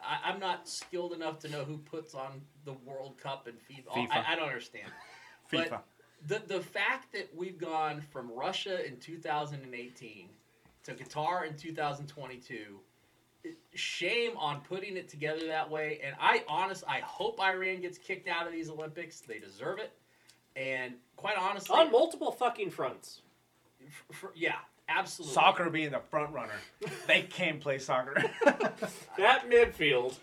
[SPEAKER 1] I, I'm not skilled enough to know who puts on the World Cup and FIFA.
[SPEAKER 11] FIFA.
[SPEAKER 1] I, I don't understand. But-
[SPEAKER 11] FIFA.
[SPEAKER 1] The the fact that we've gone from Russia in 2018 to Qatar in 2022, it- shame on putting it together that way. And I honest, I hope Iran gets kicked out of these Olympics. They deserve it. And quite honestly,
[SPEAKER 2] On multiple fucking fronts.
[SPEAKER 1] f- f- yeah, absolutely.
[SPEAKER 10] Soccer being the front runner, they can't play soccer.
[SPEAKER 2] That midfield.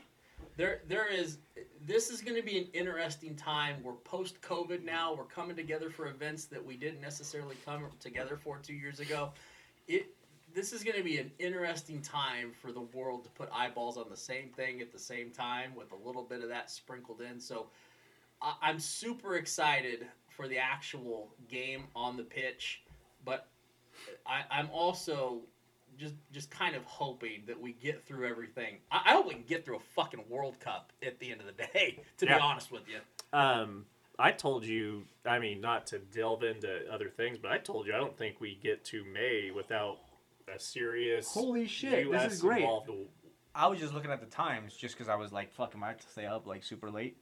[SPEAKER 1] there there is this is going to be an interesting time we're post covid now we're coming together for events that we didn't necessarily come together for two years ago it this is going to be an interesting time for the world to put eyeballs on the same thing at the same time with a little bit of that sprinkled in so I, i'm super excited for the actual game on the pitch but I, i'm also just just kind of hoping that we get through everything. I, I hope we can get through a fucking World Cup at the end of the day. To
[SPEAKER 2] Yeah.
[SPEAKER 1] be honest with you,
[SPEAKER 2] Um, I told you. I mean, not to delve into other things, but I told you I don't think we get to May without a serious.
[SPEAKER 5] Holy shit, this
[SPEAKER 2] US
[SPEAKER 5] is great.
[SPEAKER 2] involved-
[SPEAKER 10] I was just looking at the times just because I was like, fuck, am I have to stay up like super late?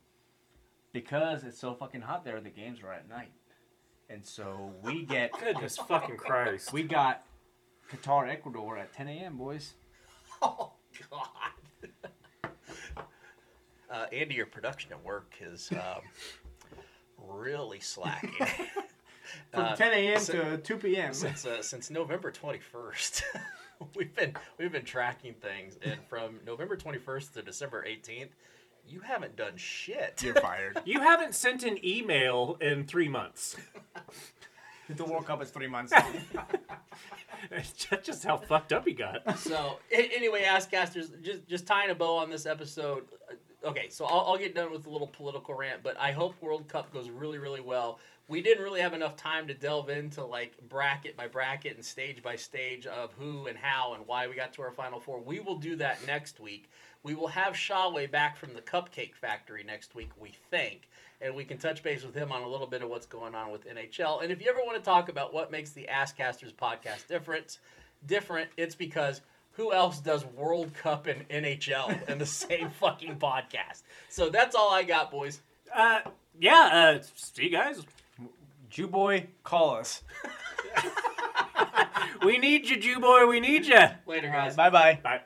[SPEAKER 5] Because it's so fucking hot there, the games are at night.
[SPEAKER 10] And so we get
[SPEAKER 2] Goodness fucking Christ.
[SPEAKER 10] we got Qatar Ecuador at 10 a.m. boys.
[SPEAKER 1] oh god. Uh, Andy, your production at work is um, really slacking
[SPEAKER 11] From
[SPEAKER 1] Uh,
[SPEAKER 11] 10 a.m.
[SPEAKER 1] so-
[SPEAKER 11] to 2 p.m.
[SPEAKER 1] since uh, since November twenty first. we've been we've been tracking things, and from November twenty first to December eighteenth, you haven't done shit.
[SPEAKER 10] You're fired.
[SPEAKER 2] You haven't sent an email in three months.
[SPEAKER 10] the World Cup is three months.
[SPEAKER 2] That's just how fucked up he got.
[SPEAKER 1] So a- anyway, Askcasters, just just tying a bow on this episode. uh, Okay, so I'll, I'll get done with a little political rant, but I hope World Cup goes really, really well. We didn't really have enough time to delve into like bracket by bracket and stage by stage of who and how and why we got to our final four. We will do that next week. We will have Shawway back from the Cupcake Factory next week, we think, and we can touch base with him on a little bit of what's going on with NHL. And if you ever want to talk about what makes the Askcasters podcast different, different, it's because who else does World Cup and NHL in the same fucking podcast? So that's all I got, boys.
[SPEAKER 2] Uh, yeah. Uh, see you guys.
[SPEAKER 10] Jew boy, call us.
[SPEAKER 2] We need you, Jew boy. We need you.
[SPEAKER 1] Later, guys.
[SPEAKER 10] Bye bye.
[SPEAKER 2] Bye.